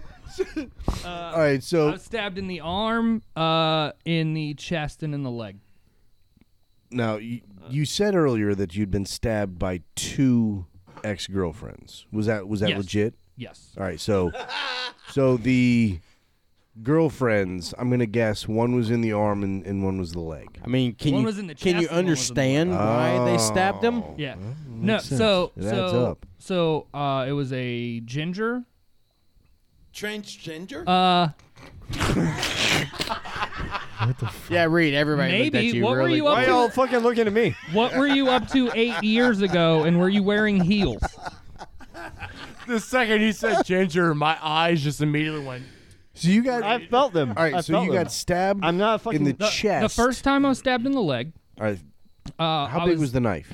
All right,
Uh, I
so
was stabbed in the arm, uh, in the chest, and in the leg.
now you, you said earlier that you'd been stabbed by two ex-girlfriends. Was that was that
Yes.
legit?
Yes.
All right, so so the girlfriends, I'm going to guess one was in the arm and, and one was the leg.
I mean, can
One
you
was in the
can
chest
you
and one was in the
understand why they stabbed him?
Yeah. No. So
It adds
so
up.
so uh, it was a ginger.
Transgender?
Uh,
Yeah, Reed. Everybody looked at
maybe.
you
What
really.
were you up
Why
to?
y'all fucking looking at me?
What were you up to eight years ago, and were you wearing heels?
The second you said ginger, my eyes just immediately went.
So you got
I felt them.
All right,
I
so
felt
you
them.
got stabbed
I'm not fucking.
in the,
The,
chest.
the first time I was stabbed in the leg.
All right,
Uh,
how
I
big was, the knife?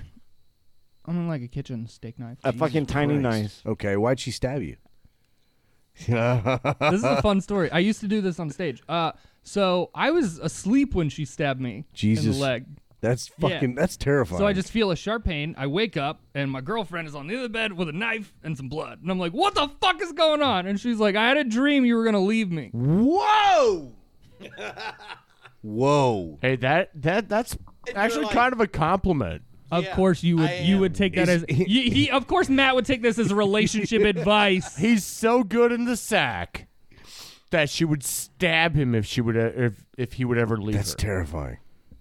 I'm in like a kitchen steak knife.
a fucking tiny knife.
Okay, why'd she stab you?
this is a fun story. I used to do this on stage. Uh, so I was asleep when she stabbed me in
Jesus.
the leg.
That's fucking that's terrifying.
So I just feel a sharp pain. I wake up and my girlfriend is on the other bed with a knife and some blood. And I'm like, "What the fuck is going on?" And she's like, "I had a dream you were gonna leave me."
Whoa! Whoa.
Hey, that that that's
you're
actually
like-
kind of a compliment.
Of
Yeah,
course you would.
I
You
am.
would take that as. He, he, of course, Matt would take this as relationship advice.
He's so good in the sack that she would stab him if she would uh, if if he would ever leave
That's
her.
terrifying.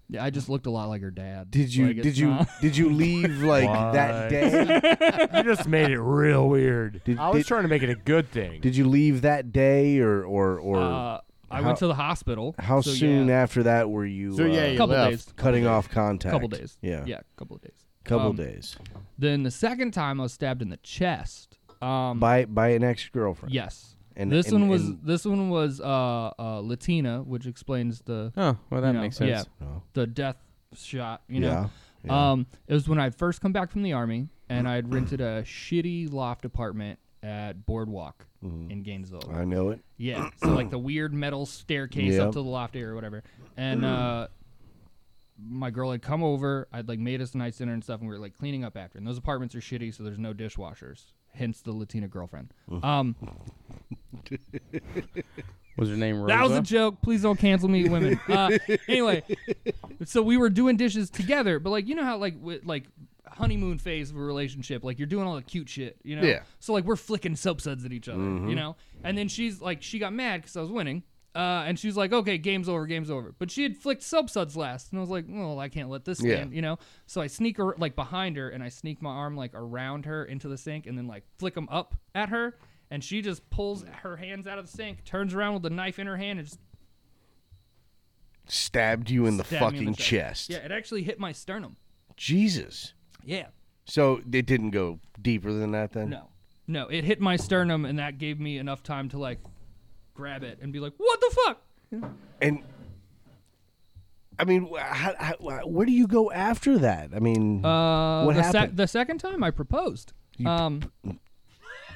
Yeah, I just looked a lot like her dad.
Did you
Like, it's
did you
not-
did you leave like
Why?
that day?
you just made it real weird.
Did-
I was
did-
trying to make it a good thing.
Did you leave that day or or or
Uh, I went to the hospital.
how
so,
soon
Yeah,
after that were you
So, yeah,
uh,
you
couple
left.
days.
cutting off contact?
Couple days.
Yeah.
Yeah, couple of days.
Couple
Um,
days.
Then the second time I was stabbed in the chest. Um,
By by an ex-girlfriend.
yes.
And
this
and-
one was
and-
this one was uh, uh, Latina, which explains the
Oh, well, that
you know,
makes sense.
Yeah, the death shot. You
Oh.
know,
yeah.
Um, it was when I first come back from the army, and I had rented a shitty loft apartment at Boardwalk
Mm-hmm.
in Gainesville.
I know it.
Yeah, so like the weird metal staircase
Yep.
up to the loft area or whatever. And uh, my girl had come over. I'd like made us a nice dinner and stuff, and we were like cleaning up after. And those apartments are shitty, so there's no dishwashers. Hence the Latina girlfriend. Um,
Was her name Rosa?
that was a joke. Please don't cancel me, women. Uh, anyway, so we were doing dishes together, but like you know how like with, like honeymoon phase of a relationship, like you're doing all the cute shit, you know.
Yeah. Mm-hmm.
So like we're flicking soap suds at each other, you know. And then she's like, she got mad because I was winning. Uh, and she's like, "Okay, game's over, game's over." But she had flicked soap suds last, and I was like, "Well, I can't let this
Yeah.
stand," you know. So I sneak her like behind her, and I sneak my arm like around her into the sink, and then like flick them up at her, and she just pulls her hands out of the sink, turns around with the knife in her hand, and just
Stabbed you in the
stabbed me
fucking
in the
chest.
Yeah, it actually hit my sternum.
Jesus.
Yeah.
So it didn't go deeper than that then?
No. No, it hit my sternum, and that gave me enough time to like grab it and be like, "What the fuck?"
And I mean, wh- how, how, wh- where do you go after that? I mean,
Uh,
What
the,
happened?
the second time I proposed. Um,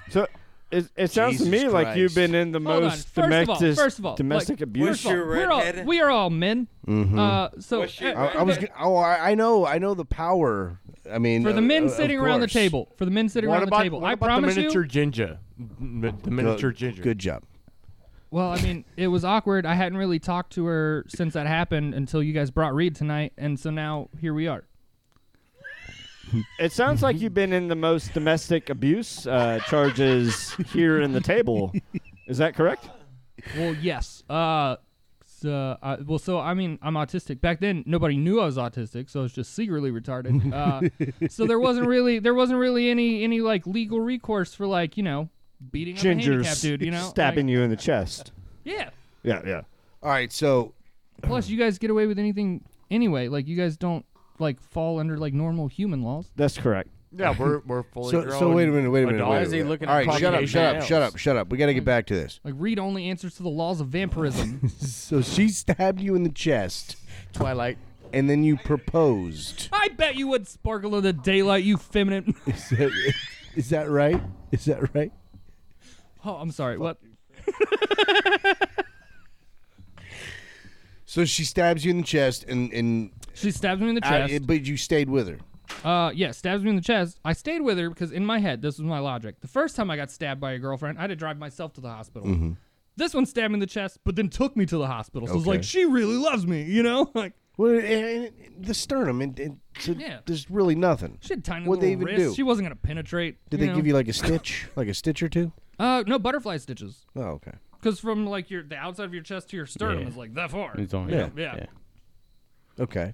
So it, it sounds to
Jesus
me like you've
Christ.
been in the
hold on.
most
First of all-
domestic,
first of all, like,
domestic abuse.
first of all,
your
we're all,
redhead?
we are all men. Uh, so
What's your
uh,
I, I was. g- Oh, I, I know. I know the power. I mean,
for the
uh,
men
uh, of
sitting around the
course.
table. For the men sitting
What
around
about,
the table.
what
I
about
promise
the miniature
you.
ginger? M- The
Uh,
Good-
miniature ginger.
Good job.
Well, I mean, it was awkward. I hadn't really talked to her since that happened until you guys brought Reed tonight, and so now here we are.
It sounds
Mm-hmm.
like you've been in the most domestic abuse uh, charges here in the table. Is that correct?
Well, yes. Uh, so, uh, well, so I mean, I'm autistic. Back then, nobody knew I was autistic, so I was just secretly retarded. Uh, so there wasn't really there wasn't really any any like legal recourse for like you know beating up a handicapped
Ginger's
dude. You know,
stabbing you in the chest.
you. Yeah.
Yeah, yeah.
All right, so
Plus, you guys get away with anything anyway. Like you guys don't like fall under like normal human laws.
That's correct.
Yeah, we're we're fully
so,
grown.
so wait a minute, wait a minute.
adults.
Wait a
is he
minute.
looking
All
at
right, shut up,
fucking
shut up,
nails?
shut up, shut up. We got to get back to this.
Like Reed only answers to the laws of vampirism.
So she stabbed you in the chest,
Twilight.
and then you proposed.
I bet you would sparkle in the daylight, you feminine.
Is that, is that right? Is that right?
oh, I'm sorry. What?
So she stabs you in the chest, and and
She stabs me in the
I-
chest.
but you stayed with her.
Uh, yeah, stabs me in the chest. I stayed with her because in my head, this was my logic. The first time I got stabbed by a girlfriend, I had to drive myself to the hospital.
Mm-hmm.
This one stabbed me in the chest, but then took me to the hospital. So it's like she really loves me, you know? Like
Well, and- and- and the sternum, and, and so
Yeah.
there's really nothing.
she had tiny
What'd
little
they even
wrists.
do?
She wasn't gonna penetrate.
Did
you
they
know?
give you like a stitch, like a stitch or two?
Uh, no butterfly stitches.
Oh, okay.
Because from like your the outside of your chest to your sternum
Yeah.
is like that far.
It's on
yeah,
here.
yeah, yeah.
Okay.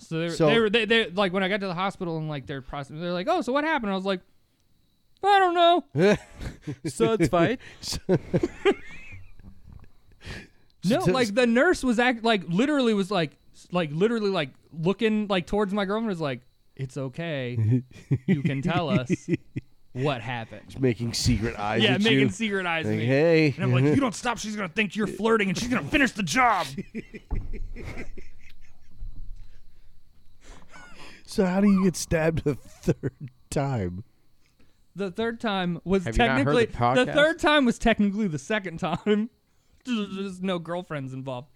So, they,
So-
they were they, they like when I got to the hospital and like they're processing, they're like, oh, so what happened? I was like, I don't know.
Suds fight.
No, like the nurse was act like literally was like s- like literally like looking like towards my girlfriend was like, "It's okay, you can tell us what happened."
Making secret eyes
yeah,
at
making
you.
secret eyes at
Like,
me.
hey.
And I'm like, "You don't stop, she's gonna think you're flirting, and she's gonna finish the job."
So how do you get stabbed a third time?
The third time was
Have you not heard
technically
the podcast?
third time was technically the second time. There's no girlfriends involved.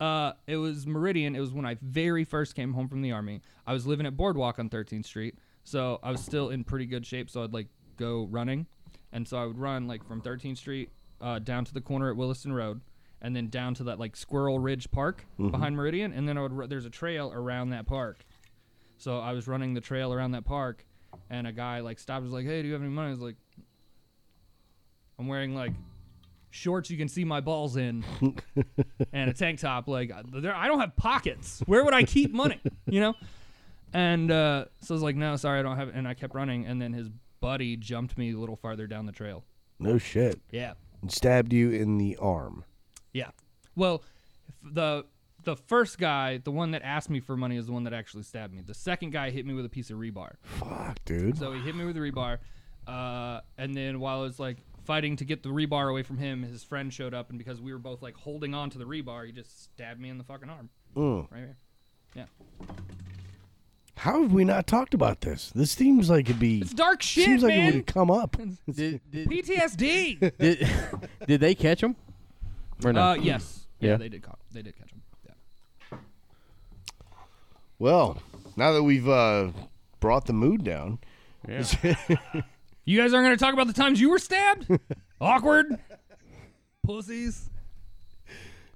Uh, it was Meridian. It was when I very first came home from the army. I was living at Boardwalk on 13th Street, so I was still in pretty good shape. So I'd like go running, and so I would run like from 13th Street uh, down to the corner at Williston Road, and then down to that like Squirrel Ridge Park behind Meridian, and then I would ru- there's a trail around that park. So I was running the trail around that park, and a guy like stopped. Was like, "Hey, do you have any money?" I was like, "I'm wearing like shorts you can see my balls in, and a tank top. Like, I- there, I don't have pockets. Where would I keep money? You know?" And uh, so I was like, "No, sorry, I don't have." it," And I kept running, and then his buddy jumped me a little farther down the trail.
No shit.
Yeah.
And stabbed you in the arm.
Yeah. Well, f- the the first guy, the one that asked me for money, is the one that actually stabbed me. The second guy hit me with a piece of rebar.
Fuck, dude.
So he hit me with a rebar, uh, and then while I was like fighting to get the rebar away from him. His friend showed up, and because we were both like holding on to the rebar, he just stabbed me in the fucking arm.
Mm.
Right here.
How have we not talked about this? This seems like it'd be
It's dark shit,
seems like it
man.
would come up.
Did, did,
PTSD.
did, did they catch him? Or no?
uh, yes. Yeah,
Yeah.
they did. Caught, they did catch him. Yeah.
Well, now that we've uh, brought the mood down,
You guys aren't gonna talk about the times you were stabbed? Awkward. Pussies.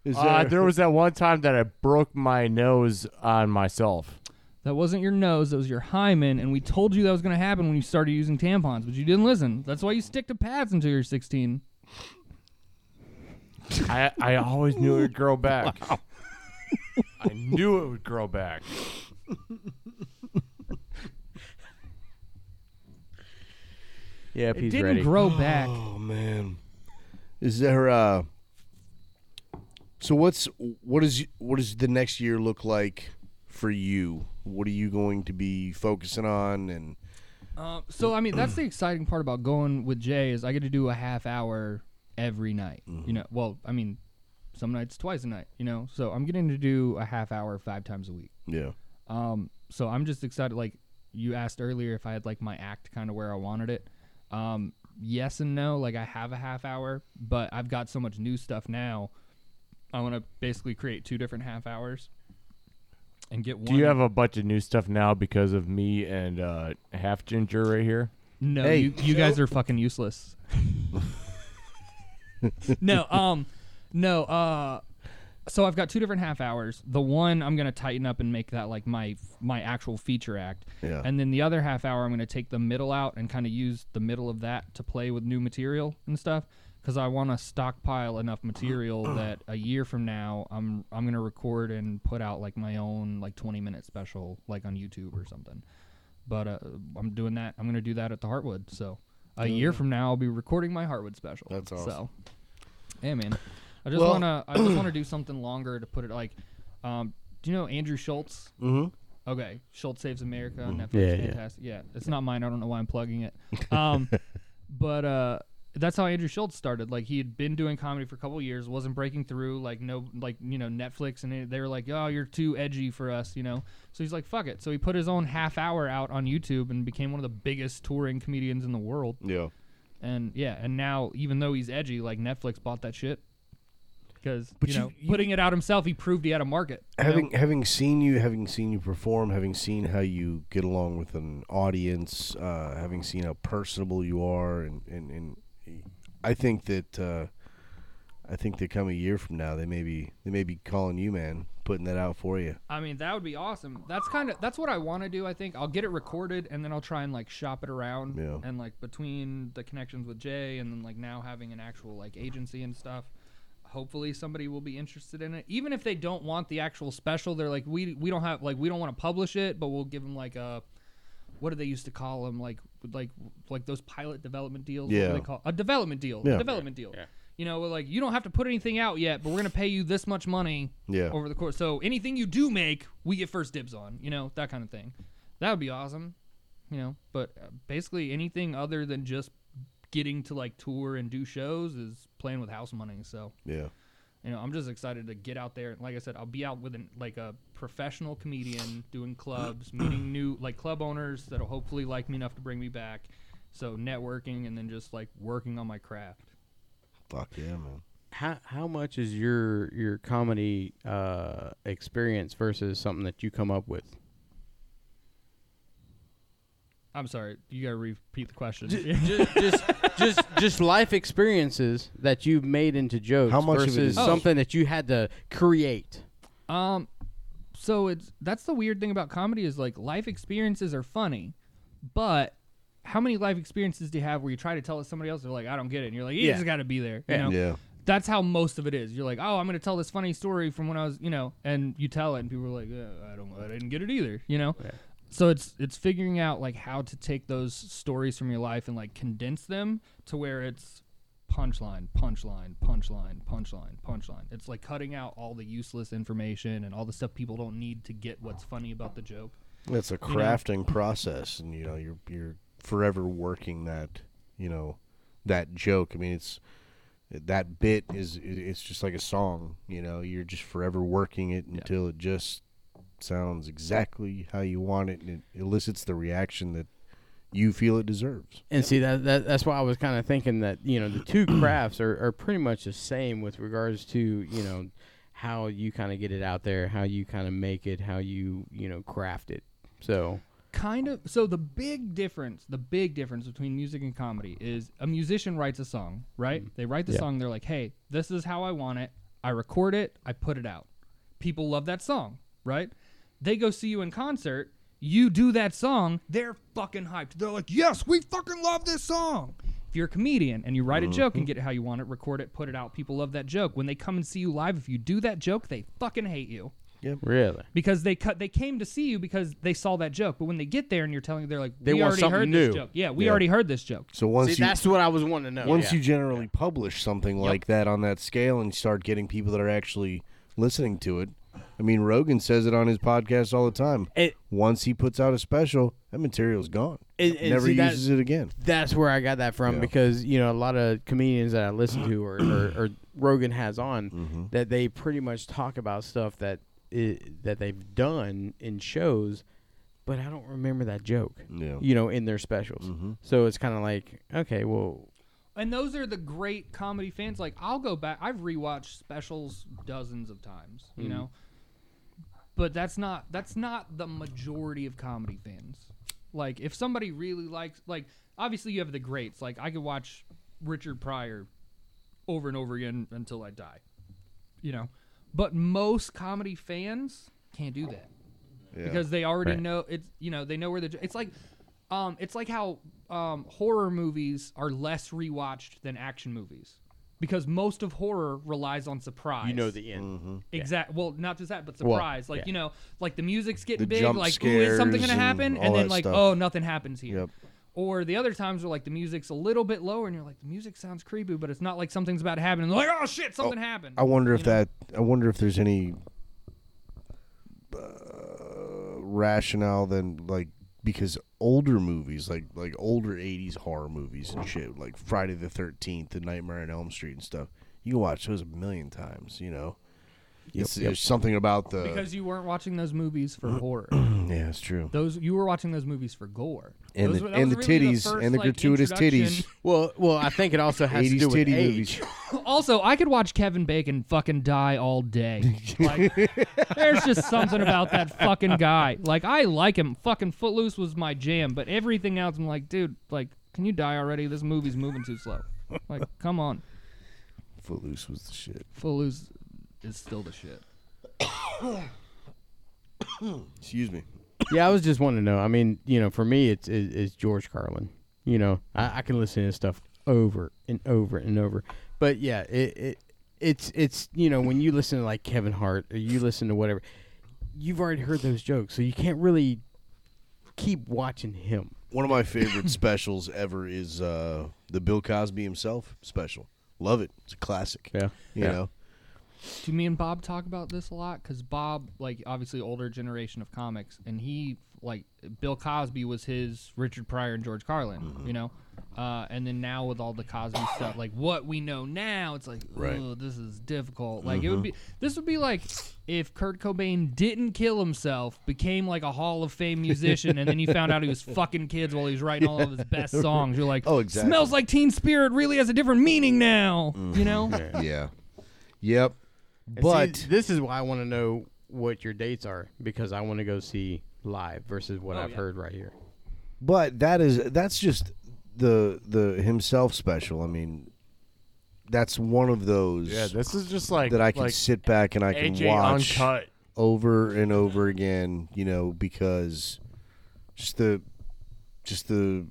is
Uh, there was that one time that I broke my nose on myself.
That wasn't your nose. That was your hymen, and we told you that was gonna happen when you started using tampons, but you didn't listen. That's why you stick to pads until you're 16.
I, I always knew it would grow back. I knew it would grow back.
yeah, if
it
he's
didn't
ready.
grow back.
oh man, is there? Uh, so what's what is what does the next year look like for you? What are you going to be focusing on? And
Uh, so I mean, that's the exciting part about going with Jay is I get to do a half hour every night.
Mm-hmm.
You know, well, I mean, some nights twice a night. You know, so I'm getting to do a half hour five times a week.
yeah,
Um, so I'm just excited. Like you asked earlier, if I had like my act kind of where I wanted it. Um, yes and no. Like I have a half hour, but I've got so much new stuff now. I want to basically create two different half hours and get one.
Do you have a bunch of new stuff now because of me and uh, Half Ginger right here?
No,
Hey.
you, you guys are fucking useless. no, um, no, uh, so I've got two different half hours. The one I'm gonna tighten up and make that like my my actual feature act,
Yeah.
and then the other half hour I'm gonna take the middle out and kind of use the middle of that to play with new material and stuff because I want to stockpile enough material that a year from now I'm I'm gonna record and put out like my own like 20 minute special like on YouTube or something but uh, I'm doing that. I'm gonna do that at the Heartwood. So a year from now, I'll be recording my Heartwood special.
That's awesome.
So, yeah, man. I just
Well-
wanna I just wanna do something longer to put it like, um, do you know Andrew Schultz?
Mhm.
Okay, Schultz Saves America on Netflix.
Yeah, yeah.
Fantastic. Yeah. it's not mine. I don't know why I'm plugging it. Um, but uh. That's how Andrew Schultz started. Like he had been doing comedy for a couple years, wasn't breaking through. Like no, like you know Netflix, and they were like, "Oh, you're too edgy for us," you know. So he's like, fuck it. So he put his own half hour out on YouTube and became one of the biggest touring comedians in the world.
yeah.
And yeah, and now even though he's edgy, like Netflix bought that shit. Because you,
you-
know,
you-
putting it out himself, he proved he had a market. you know?
Having having seen you, having seen you perform, having seen how you get along with an audience, uh, having seen how personable you are, and, and, and I think that uh, I think that come a year from now, they may be they may be calling you, man, putting that out for you.
I mean, that would be awesome. That's kind of that's what I want to do. I think I'll get it recorded and then I'll try and like shop it around.
Yeah.
And like between the connections with Jay and then like now having an actual like agency and stuff, hopefully somebody will be interested in it. Even if they don't want the actual special, they're like we we don't have like we don't want to publish it, but we'll give them like a what do they used to call them like like like those pilot development deals? What do
Yeah.
they call a development deal?
Yeah.
A development deal. You know, we're like you don't have to put anything out yet, but we're gonna pay you this much money
Yeah.
over the course. So anything you do make, we get first dibs on. You know that kind of thing. That would be awesome. You know, but uh, basically anything other than just getting to like tour and do shows is playing with house money. So
Yeah,
you know, I'm just excited to get out there. Like I said, I'll be out with an, like a professional comedian doing clubs, meeting new like club owners that'll hopefully like me enough to bring me back. So networking and then just like working on my craft.
fuck yeah, man.
How how much is your your comedy uh, experience versus something that you come up with?
I'm sorry, you gotta repeat the question.
just, just, just, just life experiences that you've made into jokes
How much of it
versus
is-
something that you had to create.
Um, so it's that's the weird thing about comedy is like life experiences are funny, but how many life experiences do you have where you try to tell it to somebody else? They're like, I don't get it. And you're like, you
Yeah.
just got to be there. You
Yeah.
know?
Yeah.
That's how most of it is. You're like, oh, I'm going to tell this funny story from when I was, you know, and you tell it, and people are like, uh, I don't, I didn't get it either. You know. So it's it's figuring out like how to take those stories from your life and like condense them to where it's punchline, punchline, punchline, punchline, punchline. It's like cutting out all the useless information and all the stuff people don't need to get what's funny about the joke.
It's a crafting process, and you know you're you're forever working that you know that joke. I mean, it's that bit is it's just like a song. You know, you're just forever working it until it just sounds exactly how you want it, and it elicits the reaction that you feel it deserves.
And see that, that that's why I was kind of thinking that you know the two crafts are, are pretty much the same with regards to you know how you kind of get it out there, how you kind of make it, how you you know craft it. So
kind of so the big difference the big difference between music and comedy is a musician writes a song right they write the song they're like hey this is how i want it i record it i put it out people love that song right they go see you in concert you do that song they're fucking hyped they're like yes we fucking love this song if you're a comedian and you write a joke and get it how you want it record it put it out people love that joke when they come and see you live if you do that joke they fucking hate you
really,
because they cut they came to see you because they saw that joke but when they get there and you're telling they're like
They
we
want
already
something
heard
new.
this joke yeah we already heard this joke
So once
see
you
that's what I was wanting to know.
once
yeah.
you generally publish something like that on that scale and start getting people that are actually listening to it i mean rogan says it on his podcast all the time
It-
once he puts out a special that material's gone
And- and
never
see, that-
uses it again
that's where I got that from
Yeah.
because you know a lot of comedians that I listen to or, or, or Rogan has on
Mm-hmm.
that they pretty much talk about stuff that i that they've done in shows, but I don't remember that joke.
Yeah. Mm-hmm.
you know in their specials. So it's kind of like okay, well,
and those are the great comedy fans like i'll go back i've rewatched specials dozens of times
Mm-hmm.
you know but that's not that's not the majority of comedy fans like if somebody really likes like obviously you have the greats like i could watch richard pryor over and over again until i die you know but most comedy fans can't do that because they already know it's you know they know where the jo- it's like um it's like how um horror movies are less rewatched than action movies because most of horror relies on surprise
you know the end.
Mm-hmm.
exact well not just that but
Well,
surprise like
yeah.
you know like the music's getting
The
big
jump
like ooh, is something
scares
gonna
and
happen and,
all
then
that
like
stuff.
oh nothing happens here
Yep.
or the other times where like the music's a little bit lower and you're like the music sounds creepy but it's not like something's about to happen and they're like oh shit something happened
i wonder if that i wonder if there's any uh, rationale than like because older movies like like older 80s horror movies and shit like friday the 13th and nightmare on elm street and stuff you can watch those a million times you know it's, there's something about the
because you weren't watching those movies for horror
Yeah, it's true.
Those you were watching those movies for gore
And
Those
the-
were- that
and
was
the
really
titties,
first,
and the
like,
gratuitous titties.
introduction.
Well, well, I think it also has to do with age.
Also, I could watch Kevin Bacon fucking die all day. Like, there's just something about that fucking guy. Like I like him. Fucking Footloose was my jam, but everything else, I'm like, dude, like, can you die already? This movie's moving too slow. Like, come on,
Footloose was the shit.
Footloose is still the shit.
Excuse me.
Yeah, I was just wanting to know. I mean, you know, for me, it's it's, it's George Carlin. You know, I, I can listen to his stuff over and over and over. But yeah, it, it it's it's you know when you listen to like Kevin Hart or you listen to whatever, you've already heard those jokes, so you can't really keep watching him.
One of my favorite specials ever is uh, the Bill Cosby himself special. Love it. It's a classic.
Yeah.
You
Yeah.
know?
Do me and Bob talk about this a lot? Because Bob, like, obviously older generation of comics, and he, like, Bill Cosby was his Richard Pryor and George Carlin,
Mm-hmm.
you know? Uh, and then now with all the Cosby stuff, like what we know now, it's like,
Right. Mm-hmm.
oh, this is difficult. Like it would be, this would be like if Kurt Cobain didn't kill himself, became like a Hall of Fame musician, and then you found out he was fucking kids while he was writing all of his best songs. You're like,
Oh, exactly. Mm.
Smells like Teen Spirit really has a different meaning now, you know?
Yeah. Yep.
And
But
see, this is why I want to know what your dates are because I want to go see live versus what I've heard right here.
but that is that's just the the himself special. I mean that's one of those
Yeah, this is just like
that I can
like
sit back and I can
AJ
watch
uncut.
over and over again, you know, because just the just the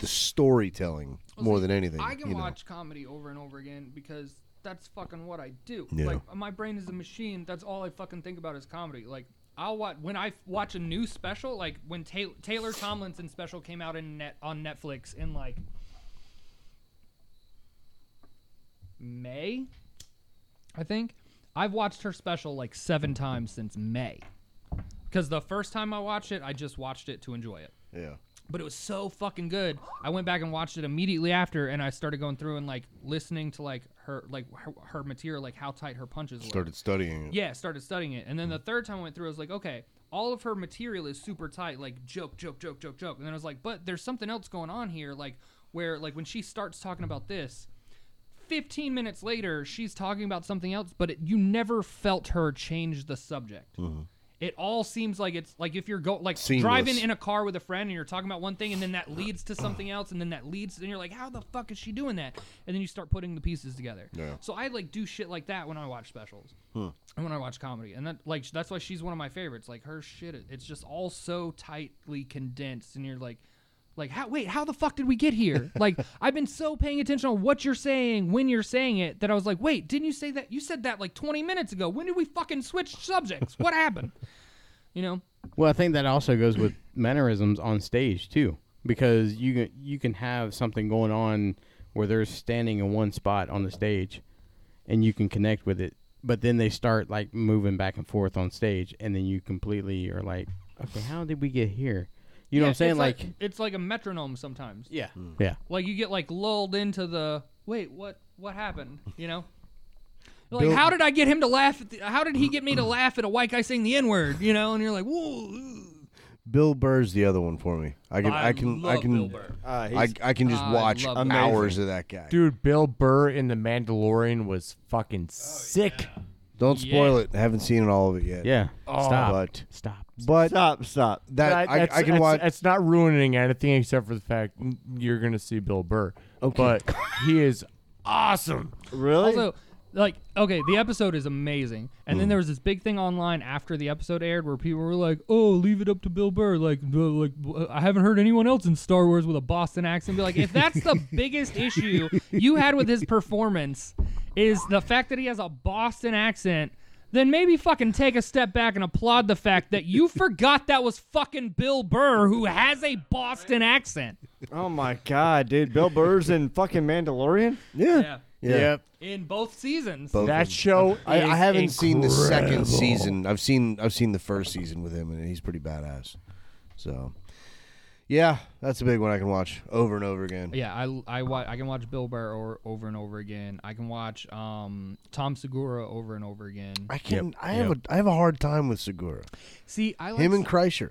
the storytelling more
see,
than anything.
I can
you know.
watch comedy over and over again because that's fucking what I do.
Yeah.
Like my brain is a machine. That's all I fucking think about is comedy. Like I'll watch when I f- watch a new special, like when Taylor, Taylor Tomlinson special came out in net on Netflix in like May, I think. I've watched her special like seven times since May. Because the first time I watched it, I just watched it to enjoy it.
Yeah.
but it was so fucking good. I went back and watched it immediately after, and I started going through and like listening to like her like her, her material, like how tight her punches were.
Started studying it. Mm.
Yeah, started studying it. And then the third time I went through, I was like, okay, all of her material is super tight, like joke, joke, joke, joke, joke. And then I was like, but there's something else going on here, like where like when she starts talking about this, 15 minutes later, she's talking about something else, but it, you never felt her change the subject. It all seems like it's like if you're go like
Mm-hmm. Seamless.
driving in a car with a friend and you're talking about one thing and then that leads to something else and then that leads and you're like how the fuck is she doing that and then you start putting the pieces together.
Yeah.
So I like do shit like that when I watch specials and when I watch comedy, and that like sh- that's why she's one of my favorites. Like her shit, it- it's just all so tightly condensed, and you're like, like how wait how the fuck did we get here? like I've been so paying attention on what you're saying when you're saying it that I was like, wait, didn't you say that? You said that like 20 minutes ago. When did we fucking switch subjects? What happened? You know,
Well, I think that also goes with mannerisms on stage too, because you can you can have something going on where they're standing in one spot on the stage, and you can connect with it. But then they start like moving back and forth on stage, and then you completely are like, okay, how did we get here? You know what I'm saying? Like,
it's like a metronome sometimes.
yeah, yeah.
Like you get like lulled into the wait, what what happened? You know? Like how did I get him to laugh? At the, how did he get me to laugh at a white guy saying the n word? You know? And you're like, whoa. ooh."
Bill Burr's the other one for me. I can I, can I
love Bill
can
Burr.
Uh, he's-
I, I can just
I
watch
love Bill
hours of that guy.
Dude, Bill Burr in The Mandalorian was fucking sick.
Don't spoil it. I haven't seen all of it yet.
Yeah. Stop.
but-
Stop.
But
stop, stop.
that I,
that's-
I can
that's-
watch.
It's not ruining anything except for the fact mm, you're gonna see Bill Burr. Okay. But he is awesome.
Really?
Also, like, okay, the episode is amazing. And then there was this big thing online after the episode aired where people were like, "Oh, leave it up to Bill Burr." Like, uh, like uh, I haven't heard anyone else in Star Wars with a Boston accent be like, "If that's the biggest issue you had with his performance is the fact that he has a Boston accent." Then maybe fucking take a step back and applaud the fact that you forgot that was fucking Bill Burr who has a Boston accent.
oh my god, dude, Bill Burr's in fucking Mandalorian.
Yeah.
yeah.
In both seasons.
Both of
That
them.
show
I, I
is
haven't seen the second
incredible.
season. I've seen I've seen the first season with him, and he's pretty badass. So, yeah, that's a big one I can watch over and over again.
Yeah, I I, wa- I can watch Bill Burr or, over and over again. I can watch um Tom Segura over and over again.
I can. I have a I have a hard time with Segura.
See, I like
Him and Kreischer.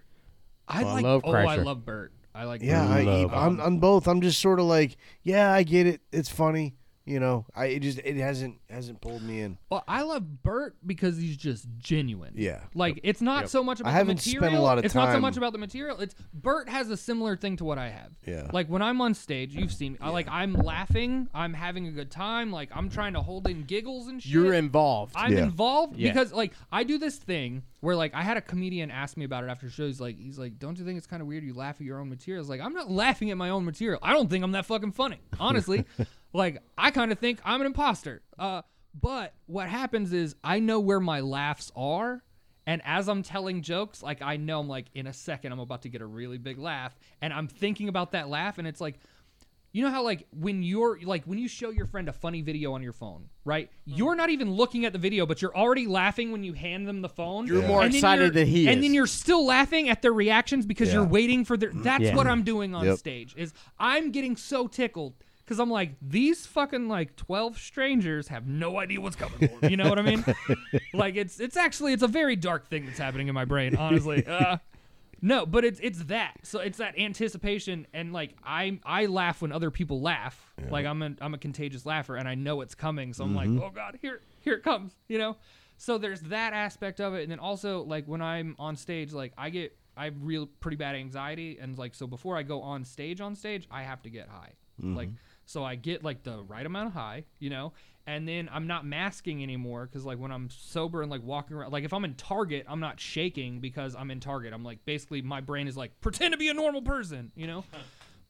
I
I
like
love
oh I
Kreischer.
love Bert. I like
Yeah, I,
Bert.
I'm on both. I'm just sort of like, yeah, I get it. It's funny, you know. I it just it hasn't hasn't pulled me in.
Well, I love Bert because he's just genuine.
Yeah.
Like it's not so much about
haven't
the
spent
material.
a lot of
it's not so
time-
much about the material. It's Bert has a similar thing to what I have.
Yeah.
Like when I'm on stage, you've seen me. I like I'm laughing, I'm having a good time, like I'm trying to hold in giggles and shit.
You're involved.
I'm
Yeah.
involved
Yeah.
because like I do this thing where like I had a comedian ask me about it after shows. like he's like don't you think it's kind of weird you laugh at your own material? I was like I'm not laughing at my own material. I don't think I'm that fucking funny, honestly. like I kind of think I'm an imposter. Uh, but what happens is I know where my laughs are. And as I'm telling jokes, like I know I'm like in a second I'm about to get a really big laugh, and I'm thinking about that laugh, and it's like, you know how like when you're like when you show your friend a funny video on your phone, right? You're not even looking at the video, but you're already laughing when you hand them the phone. You're
more excited than he
And
is.
then you're still laughing at their reactions because you're waiting for their. That's
Yeah.
what I'm doing on
Yep.
stage. Is I'm getting so tickled because I'm like these fucking like twelve strangers have no idea what's coming. for 'em. You know what I mean? like it's it's actually it's a very dark thing that's happening in my brain. Honestly. Uh, no, but it's it's that. So it's that anticipation and like I I laugh when other people laugh. Like I'm a I'm a contagious laugher and I know it's coming. So I'm like, "Oh god, here here it comes." You know? So there's that aspect of it and then also like when I'm on stage like I get I have real pretty bad anxiety and like so before I go on stage on stage, I have to get high. Like so I get like the right amount of high, you know, and then I'm not masking anymore because like when I'm sober and like walking around, like if I'm in Target, I'm not shaking because I'm in Target. I'm like basically my brain is like pretend to be a normal person, you know.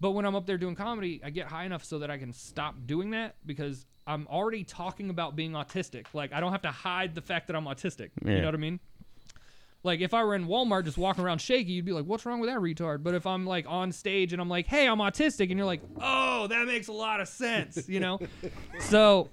but when I'm up there doing comedy, I get high enough so that I can stop doing that because I'm already talking about being autistic. Like I don't have to hide the fact that I'm autistic. You
Yeah.
know what I mean? Like if I were in Walmart just walking around shaky, you'd be like, "What's wrong with that retard?" But if I'm like on stage and I'm like, "Hey, I'm autistic," and you're like, "Oh, that makes a lot of sense," you know? so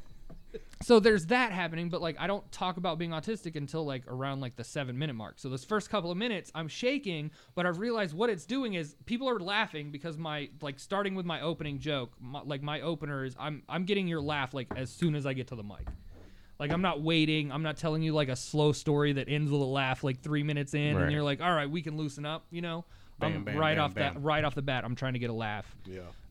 so there's that happening but like i don't talk about being autistic until like around like the seven minute mark so those first couple of minutes i'm shaking but i've realized what it's doing is people are laughing because my like starting with my opening joke my, like my opener is i'm i'm getting your laugh like as soon as i get to the mic like i'm not waiting i'm not telling you like a slow story that ends with a laugh like three minutes in
Right.
and you're like all right we can loosen up you know i'm
bam,
right
bam,
off that
bam.
right off the bat i'm trying to get a laugh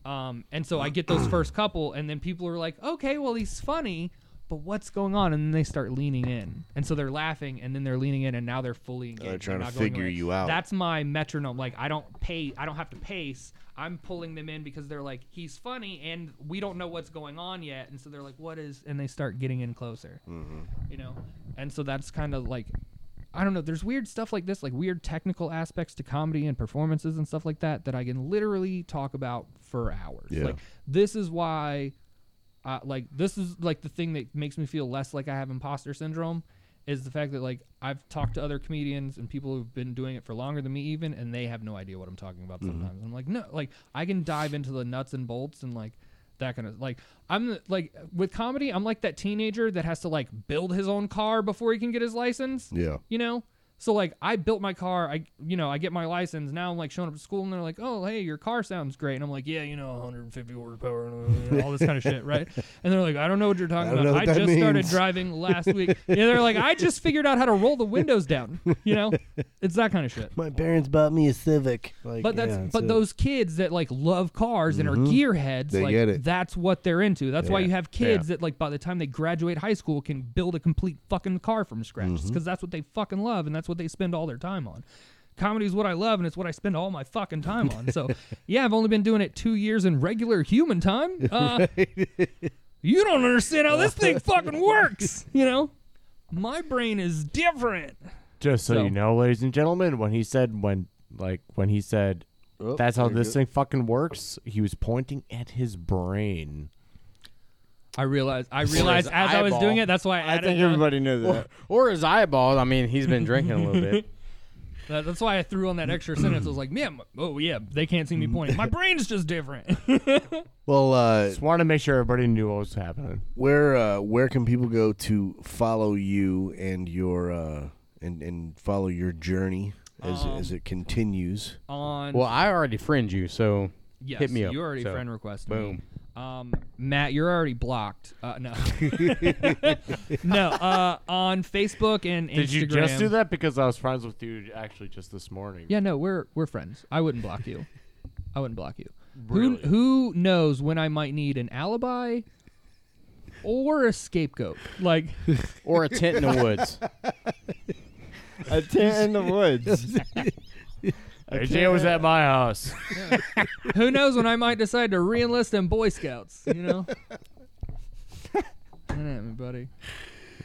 um, and so I get those first couple, and then people are like, okay, well, he's funny, but what's going on? And then they start leaning in. And so they're laughing, and then they're leaning in, and now they're fully engaged.
They're trying
They're
to
not going
figure
away.
you out.
That's my metronome. Like, I don't pay, I don't have to pace. I'm pulling them in because they're like, he's funny, and we don't know what's going on yet. And so they're like, what is, and they start getting in closer,
Mm-hmm.
you know? And so that's kind of like, I don't know. There's weird stuff like this, like weird technical aspects to comedy and performances and stuff like that, that I can literally talk about for hours.
Yeah.
Like this is why, uh, like this is like the thing that makes me feel less like I have imposter syndrome, is the fact that like I've talked to other comedians and people who've been doing it for longer than me even, and they have no idea what I'm talking about. Sometimes I'm like, no, like I can dive into the nuts and bolts and like that kind of like I'm the- like with comedy, I'm like that teenager that has to like build his own car before he can get his license
Yeah.
you know so like i built my car i you know i get my license now i'm like showing up to school and they're like oh hey your car sounds great and i'm like yeah you know 150 horsepower and all this kind of shit right and they're like i don't know what you're talking
I don't
about
know
i
what that
just started
means."
driving last week yeah they're like i just figured out how to roll the windows down you know it's that kind of shit
My parents bought me a Civic. Like,
but that's
yeah,
but
so-
those kids that like love cars and are gearheads,
They
like
get it.
that's what they're into. That's why you have kids that like by the time they graduate high school can build a complete fucking car from scratch because that's what they fucking love and that's what they spend all their time on. Comedy is what I love and it's what I spend all my fucking time on. So yeah, I've only been doing it two years in regular human time. Uh, you don't understand how this thing fucking works. You know, my brain is different.
Just so,
So-
you know, ladies and gentlemen, when he said when like when he said that's how this thing fucking works, he was pointing at his brain.
I realized. I realized as I was
eyeball.
doing it. That's why I
I
added.
think
the-
everybody knew that.
Or his eyeballs. I mean, he's been drinking a little bit.
That, that's why I threw on that extra sentence. I was like, man, oh yeah, they can't see me pointing. My brain's just different.
Well, uh,
Just wanted to make sure everybody knew what was happening.
where uh, where can people go to follow you and your uh, and and follow your journey as as it continues?
on
Well, I already friend you, so
yes,
hit me up.
You already
so.
friend requested.
Boom.
Me. Um, Matt, you're already blocked. Uh, no, no. Uh, on Facebook and Instagram.
Did you just do that because I was friends with you actually just this morning?
Yeah, no, we're we're friends. I wouldn't block you. I wouldn't block you.
Really?
Who who knows when I might need an alibi or a scapegoat? Like.
Or a tent in the woods.
A tent in the woods.
AJ was at my house.
Who knows when I might decide to re-enlist in Boy Scouts? You know. All right, my buddy.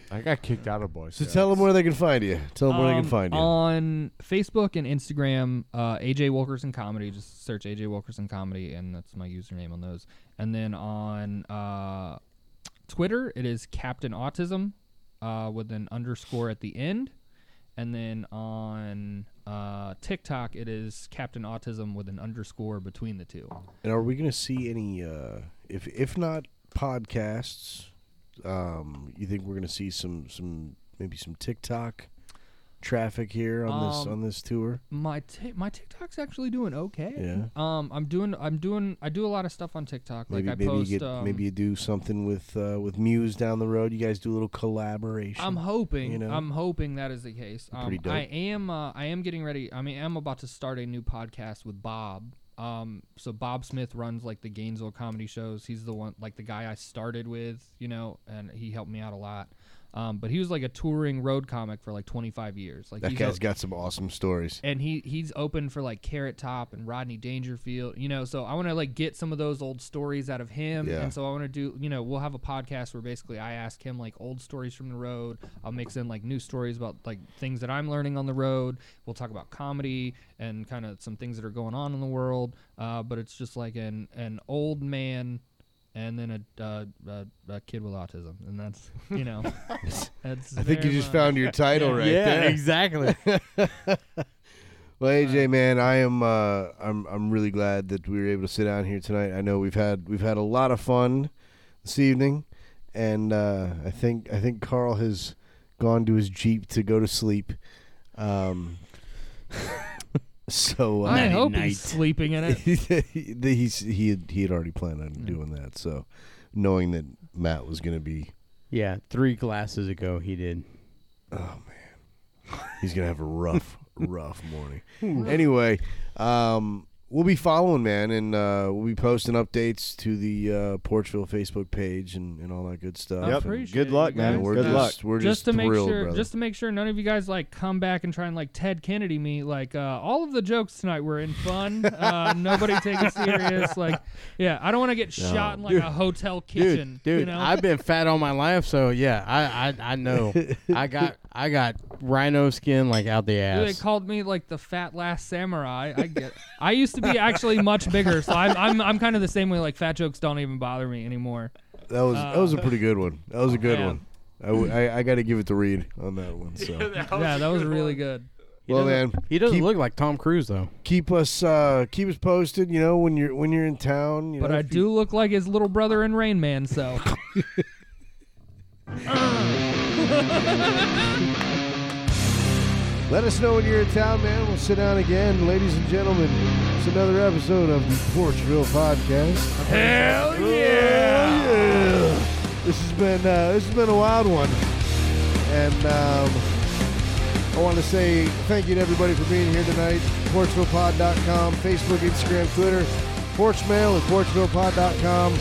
I got kicked out of Boy
So
Scouts.
tell them where they can find you. Tell them where they
Um,
can find you.
on Facebook and Instagram. Uh, AJ Wilkerson comedy. Just search AJ Wilkerson comedy, and that's my username on those. And then on uh, Twitter, it is Captain Autism uh, with an underscore at the end. And then on uh, TikTok, it is Captain Autism with an underscore between the two.
And are we going to see any uh, if if not podcasts? Um, you think we're going to see some some maybe some TikTok traffic here on this
Um,
on this tour?
my ti- my TikTok's actually doing okay.
Yeah.
Um, I'm doing I'm doing I do a lot of stuff on TikTok.
Maybe
like I
maybe
post.
you get
um,
maybe you do something with uh, with Muse down the road. You guys do a little collaboration.
I'm hoping
you know?
I'm hoping that is the case. Um,
Pretty dope.
I am uh, I am getting ready. I mean I'm about to start a new podcast with Bob. Um, so Bob Smith runs like the Gainesville comedy shows. He's the one like the guy I started with, you know, and he helped me out a lot. Um, but he was like a touring road comic for like 25 years. Like
that
he's
guy's
a-
got some awesome stories.
and he he's open for like Carrot Top and Rodney Dangerfield, you know. So I want to like get some of those old stories out of him,
Yeah.
and so I want to do, you know, we'll have a podcast where basically I ask him like old stories from the road. I'll mix in like new stories about like things that I'm learning on the road. We'll talk about comedy and kind of some things that are going on in the world. Uh, but it's just like an an old man. And then a, uh, a a kid with autism, and that's you know, that's.
I think you just found your title right
yeah,
there.
exactly.
Well, AJ, man, I am uh, I'm I'm really glad that we were able to sit down here tonight. I know we've had we've had a lot of fun this evening, and uh, I think I think Carl has gone to his jeep to go to sleep. Um, so uh,
I hope he's sleeping in it.
the- he's, he had, he had already planned on doing that. So knowing that Matt was going to be,
Yeah, three glasses ago he did.
he's going to have a rough, rough morning. Anyway, um, we'll be following, man, and uh, we'll be posting updates to the uh, Porchville Facebook page and, and all that good stuff.
I
Yep.
And
appreciate
Good luck,
it,
man.
guys.
We're
Good
just,
luck.
We're
just
just,
to make
thrilled,
sure,
brother.
just to make sure none of you guys like come back and try and like Ted Kennedy me. Like uh, all of the jokes tonight were in fun. uh, nobody take it serious. Like, yeah, I don't want to get shot in like a hotel kitchen.
dude,
you know?
I've been fat all my life, so yeah, I, I, I know. I got I got rhino skin like out the
Dude, they
ass.
called me like the fat last samurai. I get. I used to be actually much bigger, so I'm I'm, I'm kind of the same way. Like fat jokes don't even bother me anymore.
that was that was a pretty good one. That was a good
yeah.
one. I, w- I, I got to give it to Reed on that one. So
yeah, that was really good.
He
well, man,
doesn't- he doesn't
keep-
look like Tom Cruise though.
keep us uh, keep us posted. You know when you're when you're in town. You
But
know,
I
if you-
do look like his little brother in Rain Man, so.
Let us know when you're in town, man. We'll sit down again, ladies and gentlemen. It's another episode of the Porchville Podcast. Hell yeah! This has been uh, this has been a wild one, and um, I want to say thank you to everybody for being here tonight. PorchvillePod.com, Facebook, Instagram, Twitter, Porchmail at PorchvillePod.com.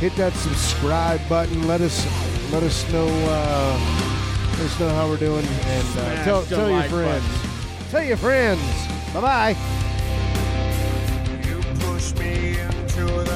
Hit that subscribe button. Let us let us know. Uh, let us know how we're doing and uh, tell, tell your friends. Tell your friends. Bye bye.
You push me into the